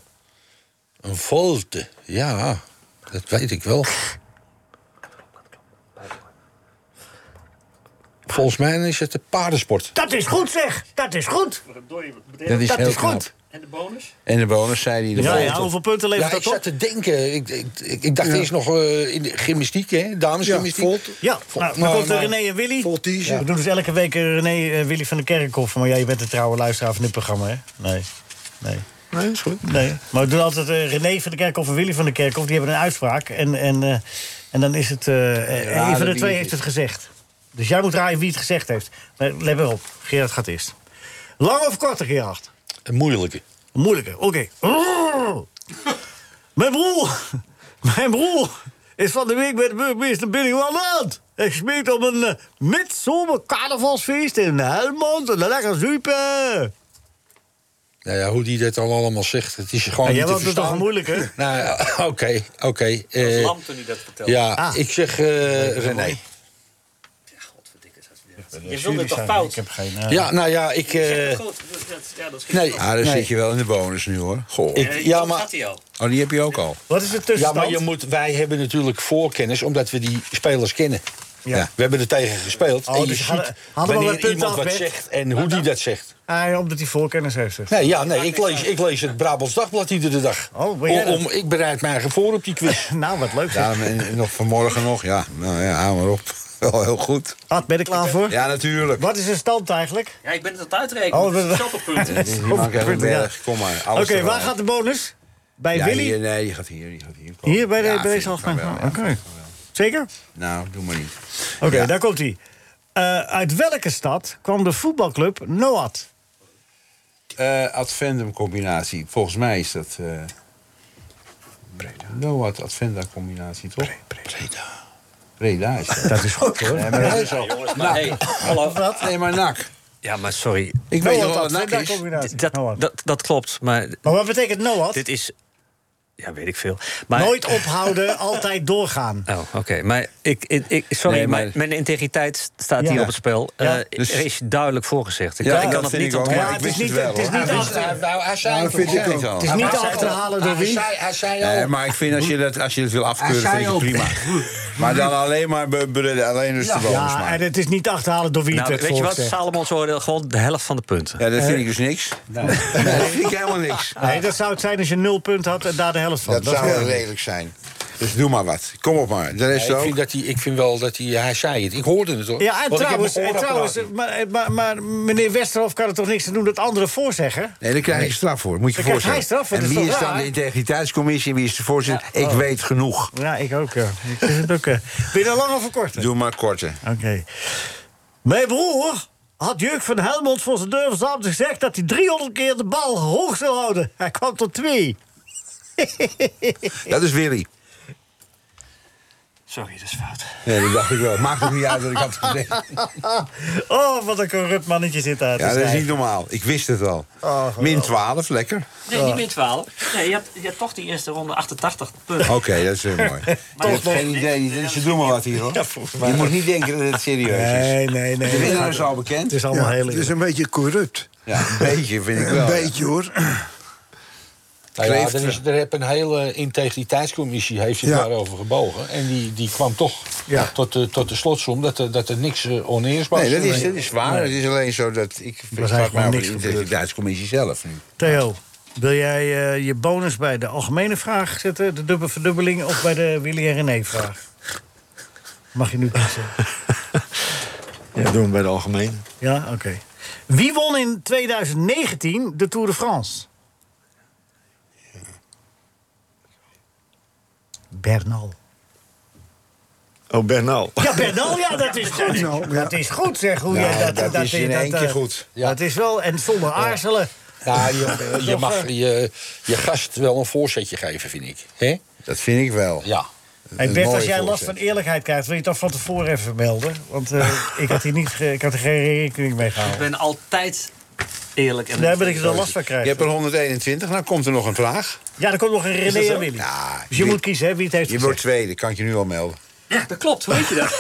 Een volte, ja, dat weet ik wel. Volgens mij is het de paardensport.
Dat is goed zeg, dat is goed.
Dat is
dat
heel
is
knap.
goed.
En de bonus?
En de bonus, zei hij. De
Ja,
volgende.
ja, hoeveel punten
Ja,
levert
ik
dat op?
zat te denken. Ik, ik, ik, ik dacht eerst nog eh, in de gymnastiek, hè? Damesgymnastiek.
Ja, volte.
Ja, nou, dan
Maar-
komt eh,
maar-
René en Willy.
Voltige.
We doen dus elke week eh, René en Willy van de Kerkhof. Maar jij bent de trouwe luisteraar van dit programma, hè? Nee, nee.
Nee, is goed.
Nee, maar we doen altijd eh, René van de Kerkhof en Willy van de Kerkhof. Die hebben een uitspraak. En, en, eh, en dan is het... eh, eh, een van de
wie
twee
het
heeft
is.
het gezegd. Dus jij moet raaien wie het gezegd heeft. Maar let maar op. Gerard gaat eerst. Lang of korte, Gerard?
Een moeilijke.
Moeilijke. Oké. Rrrr. Mijn broer... Mijn broer is van de week met de burgemeester Billy Walland. Hij smeekt om een eh, midzomer carnavalsfeest in Helmond. En lekker zuipen.
Nou ja, hoe die dat dan allemaal zegt, het is gewoon
En jij
niet te
was het toch
verstaan.
moeilijk, hè?
Nou, ja, oké, oké. eh,
Lam toen hij dat vertelde.
ja,
Ah.
ik zeg eh René.
Je wilde het toch fout?
eh, Ik heb geen... eh,
Ja, nou ja, ik... eh,
Goed, dat- dat- ja, dat is
nee,
Ah, dan
nee.
zit je wel in de bonus nu hoor. Goh.
Ik- ja, maar-
Gaat hij al?
Oh, die heb je ook al.
Wat is de
Ja,
tussenstand?
maar je moet, wij hebben natuurlijk voorkennis, omdat we die spelers kennen.
Ja.
Ja. We hebben er tegen gespeeld.
Oh,
en je
dus je
ziet
gaat- hadden we wel een
wanneer
punt
iemand
af,
wat
Bert?
zegt en hoe die dat zegt.
Ah, omdat hij voorkennis heeft. dus.
Nee, ja, nee ik, lees, ik lees het Brabants Dagblad iedere dag.
Oh, ben jij
Om- om, ik bereid mij eigen voor op die quiz.
Nou, wat leuk. zeg.
Ja, en, en nog vanmorgen nog. Ja, nou ja, hou maar op. Wel heel goed.
Ad, ben je er klaar voor?
Ja, natuurlijk.
Wat is de stand eigenlijk?
Ja, ik ben het aan het uitrekenen.
Oh,
Oh,
dat-
dat is punten.
Die maakt even een
punten, ja.
berg. Kom maar.
Oké,
alles tegelijk.
waar gaat de bonus? Bij
Ja,
Willy?
hier-
eh,
Hier,
nee, die gaat hier. Die gaat hier, komen.
bij, de,
Ja,
bij
vind
deze
ik van
algemeen.
wel,
Oké.
ja.
Zeker?
Nou, doe maar niet.
Oké, daar komt hij. Eh, uit welke stad kwam de voetbalclub Noat?
Eh advendum combinatie. Volgens mij is dat. eh Breda. Noat advenda combinatie, toch? Breda. Breda is dat.
Dat is goed hoor.
Nee, maar dat is al.
Jongens, maar hey, hallo.
Nee, maar nak.
Ja, maar sorry.
Ik weet nog wel wat nak is.
D- Dat, dat, dat klopt, maar...
Maar wat betekent Noat?
Dit is... Ja, weet ik veel. Maar,
Nooit ophouden, altijd doorgaan.
Oh, oké. Maar ik, ik, ik- sorry,
Nee, maar-
mijn- mijn integriteit staat
Ja.
hier op het spel.
Ja. Dus-
Eh, er is duidelijk voorgezegd. Ik,
Ja,
kan- ik kan dat
dat vind
niet
ik ook.
ontkennen.
Ja, het is niet- het is niet
Hij
achter-
zei- nou, hij zei
Nou,
het
vind
al.
ik ook. Het is niet
Hij zei
te achterhalen
al.
door wie.
Hij zei- Hij zei
Nee,
al.
Eh, maar ik vind als je dat, als je dat wil afkeuren,
Hij
vind ik
zei
het prima.
ook.
Maar dan alleen maar be- be- alleen dus de bonus
ja,
maken.
en het is niet te achterhalen door wie
Nou,
het
weet je
volk
wat?
zegt.
Salomons oordeel, gewoon de helft van de punten.
Ja, dat vind ik dus niks. Nee, dat vind ik helemaal niks.
Nee, dat zou het zijn als je nul punt had en daar de helft van.
Dat zou
is-
wel redelijk zijn. Dus doe maar wat. Kom op maar. De
Ja,
rest
ik,
ook.
vind dat hij, ik vind wel dat hij... Hij zei het. Ik hoorde het hoor.
Ja, en
Want ik heb
trouwens,
mijn
en
hoorapparaat
trouwens maar, eh, maar, maar meneer Westerhof kan er toch niks aan doen dat anderen voorzeggen?
Nee, daar krijg je straf voor. Moet je
Daar
je
krijgt
voorstellen.
hij straf voor,
en
dat is
wie
toch
is dan
raar?
de integriteitscommissie en wie is de voorzitter?
Ja,
Ik
oh.
weet genoeg.
Ja, ik ook. Ja. Ik vind het ook eh. Ben je er lang over kort?
Doe maar korter.
Oké. Mijn broer had Jeuk van Helmond voor zijn deur vanavond gezegd dat hij 300 keer de bal hoog zou houden. Hij kwam tot twee.
Dat is Willy.
Sorry, dat is fout.
Nee, dat dacht ik wel. Maakt het niet uit dat ik had gezegd.
oh, wat een corrupt mannetje zit daar. te
Ja, dat is
schrijven.
niet normaal. Ik wist het al. Min 12, lekker.
Nee, niet meer 12. Nee, je hebt, je hebt toch die eerste ronde 88 punten.
Oké, dat is heel mooi. Ik heb geen idee. Ze doen maar wat hier hoor.
mij.
Je moet niet denken dat het serieus is.
Nee, nee, nee.
De winnaar is al bekend.
Ja, Het is een beetje corrupt.
Ja, een beetje vind ik
Een
wel.
beetje hoor.
Nou ja,
Kreeft,
dan is, er heb een hele integriteitscommissie heeft zich daarover gebogen. En die, die kwam toch
Ja.
tot, de, tot de slotsom dat er, dat er niks eh, oneers was.
Nee, dat is, dat is waar.
Nee.
Het is alleen zo dat ik. Ik
eigenlijk
vraag
gewoon
mij over
niks
de
gebeurd.
integriteitscommissie zelf nu.
Theo, wil jij eh, je bonus bij de algemene vraag zetten, de dubbele verdubbeling, of bij de Willy en René vraag? Mag je nu kiezen?
Ja, doen we bij de algemeen.
Ja, oké. Wie won in 2019 de Tour de France? Bernal.
Oh, Bernal.
Ja, Bernal, ja, dat is goed. Dat is goed, zeg. Hoe
Ja,
jij dat,
dat is in
dat,
één keer
eh,
goed.
Dat is wel, en zonder aarzelen.
Ja, je, je
Toch,
mag
eh,
je, je gast wel een voorzetje geven, vind ik. Hè?
Dat vind ik wel.
Ja.
Hey Bert, als jij last van eerlijkheid krijgt, wil je het dan van tevoren even melden? Want eh, ik, had hier niet, ge- ik had er geen rekening mee
Ik
gehouden.
ben altijd eerlijk. En
Daar ben ik er wel last van
Je
krijgen.
hebt er 121, nou komt er nog een vraag.
Ja, er komt nog een
Is
René
dat zo?
en Willy.
Ja,
dus je
wie-
moet kiezen hè, wie het heeft
Je wordt
gezegd.
tweede, kan ik je nu al melden.
Ja, dat klopt. Hoe weet je dat?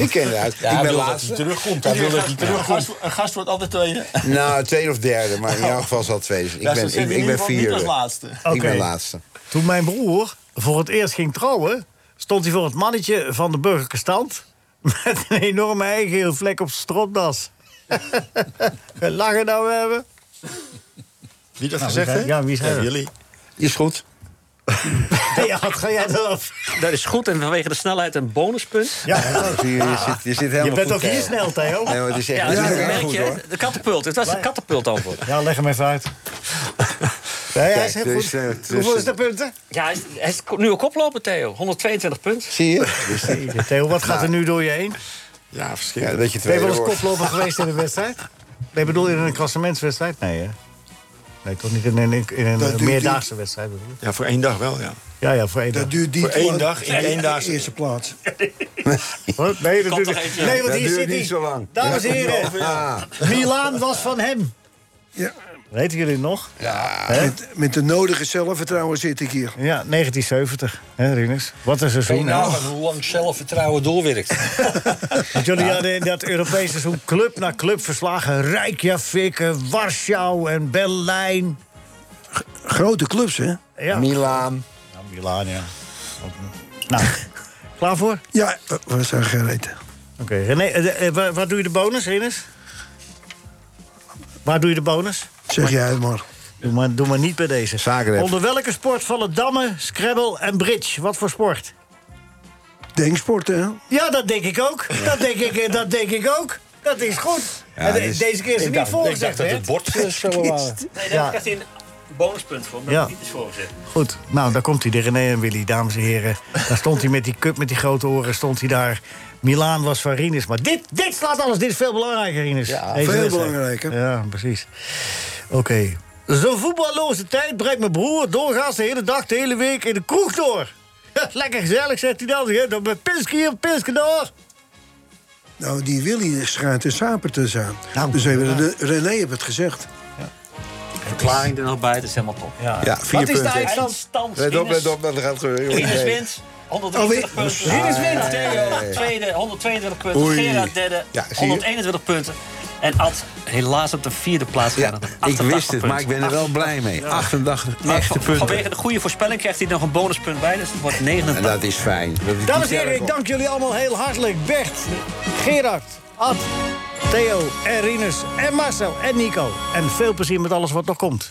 ik ken het uit. ik ben laatste.
terugkomt.
Hij wil dat hij
Een gast, een gast wordt altijd tweede. Oh.
Nou, tweede of derde, maar in jouw geval is het tweede. Ik
Ja, ze
ben,
zitten
ik,
in
ik
ieder
ben
geval niet
vierde.
als laatste.
Ik
Oké.
ben laatste.
Toen mijn broer voor het eerst ging trouwen... stond hij voor het mannetje van de burgerlijke stand... met een enorme eigen vlek op zijn stropdas. Lachen nou we hebben.
Wie dat
Nou,
gezegd
wie zei-
heeft?
ja, wie zei dat?
Jullie.
Is goed.
Ja, wat ga jij dan af?
Dat is goed en vanwege de snelheid een bonuspunt.
Ja,
Je, je zit, je zit helemaal
je bent
goed,
ook hier
Theo.
snel,
Nee,
Theo.
maar het is echt
Ja,
het
dat
is echt
merk
goed,
je.
hoor.
De katapult. Het was een katapult antwoord.
Ja, leg hem even uit. Nee, hij is heel
Kijk, dus,
goed.
eh, dus,
Hoeveel is
eh,
de punten?
Ja, hij is, hij is nu ook koploper, Theo. 122 punten.
Zie je? Dus,
Theo, wat gaat er nu door je heen?
Ja,
ja,
verschrikkelijk.
dat je
Ben je
tweede
wel eens
wordt.
koploper geweest in een wedstrijd? Nee, bedoel je in een klassementswedstrijd? Nee, hè? Nee, toch niet in een, in een
Dat doet
meerdaagse wedstrijd bedoel ik.
Ja, voor één dag wel, ja.
Ja, ja, voor één
Dat
dag.
duurt niet
Voor één
lang.
dag, in
Nee,
één dag.
Eerste plaats.
Huh? Nee, dat
Kan
duurt
toch
niet.
even-
Nee, want
Dat
hier
duurt
zit
niet
hij.
zo lang.
Dames en heren,
Ah,
Milaan was van hem.
Ja.
Weten jullie het nog?
Met, met de nodige zelfvertrouwen zit ik hier.
Ja, 1970, hè, Rinus? Wat een
Kun je
seizoen, hè?
nagaan hoe lang zelfvertrouwen doorwerkt.
Want jullie hadden in dat Europese seizoen club na club verslagen. Reykjavik, eh, Warschau en Berlijn.
Grote clubs, hè?
Ah.
Ja,
Milaan.
Nou, Milaan, ja. Nou, klaar voor?
Ja, eh, we zijn gereden.
Oké, René, eh, eh, waar, waar doe je de bonus, Ines? Waar doe je de bonus?
Zeg jij het maar.
Doe maar, doe maar niet bij deze.
Zagreb.
Onder welke sport vallen dammen, scrabble en bridge? Wat voor sport?
Denksport, hè?
Ja, dat denk ik ook. Dat, denk ik, eh, dat denk ik ook. Dat is goed.
Ja,
En de-
dus-
deze keer is er niet
Ik
voorgezegd,
dacht dat
hè?
het bord eh, zo was.
Nee,
Ja.
dat heb ik echt in
bonuspunt voor, omdat
Ja.
het niet is voorgezet.
Goed, nou daar komt hij, de René en Willy, dames en heren. Daar stond hij met die cup, met die grote oren, stond hij daar. Milaan was van Rinus, maar dit, dit slaat alles. Dit is veel belangrijker, Rinus.
Ja,
Deze
veel
wedstrijd.
belangrijker.
Ja, precies. Oké. Zo'n voetballoze tijd brengt mijn broer doorgaans de hele dag, de hele week in de kroeg door. Lekker gezellig, zegt hij dan. hè. Dan met Pinsky op Pinsky door.
Nou, die Willy schijnt een saper te zijn. dus even, Re- René heeft het gezegd.
Verklaring er nog bij, het is helemaal top.
Ja, vier Wat is de punten. eindstand?
Eindstand.
Let op,
Rinus-
let op,
dat gaat gebeuren.
Rinus
Nee.
wint. 123
Oh,
punten.
weer?
Rinus
Ah,
wint.
ja, ja, ja,
Theo,
ja.
tweede, 122 punten.
Oei.
Gerard derde,
Ja, zie je?
121 punten. En Ad helaas op de vierde plaats. Ja,
Ik wist het, maar ik ben er wel blij mee.
88
echte punten.
Vanwege de goede voorspelling krijgt hij nog een bonuspunt bij. Dus het wordt
En
89.
dat is fijn. Dat is
Dames en
niet
heren,
erg,
ik dank jullie allemaal heel hartelijk. Bert, Gerard, Ad, Theo en Rinus en Marcel en Nico. En veel plezier met alles wat nog komt.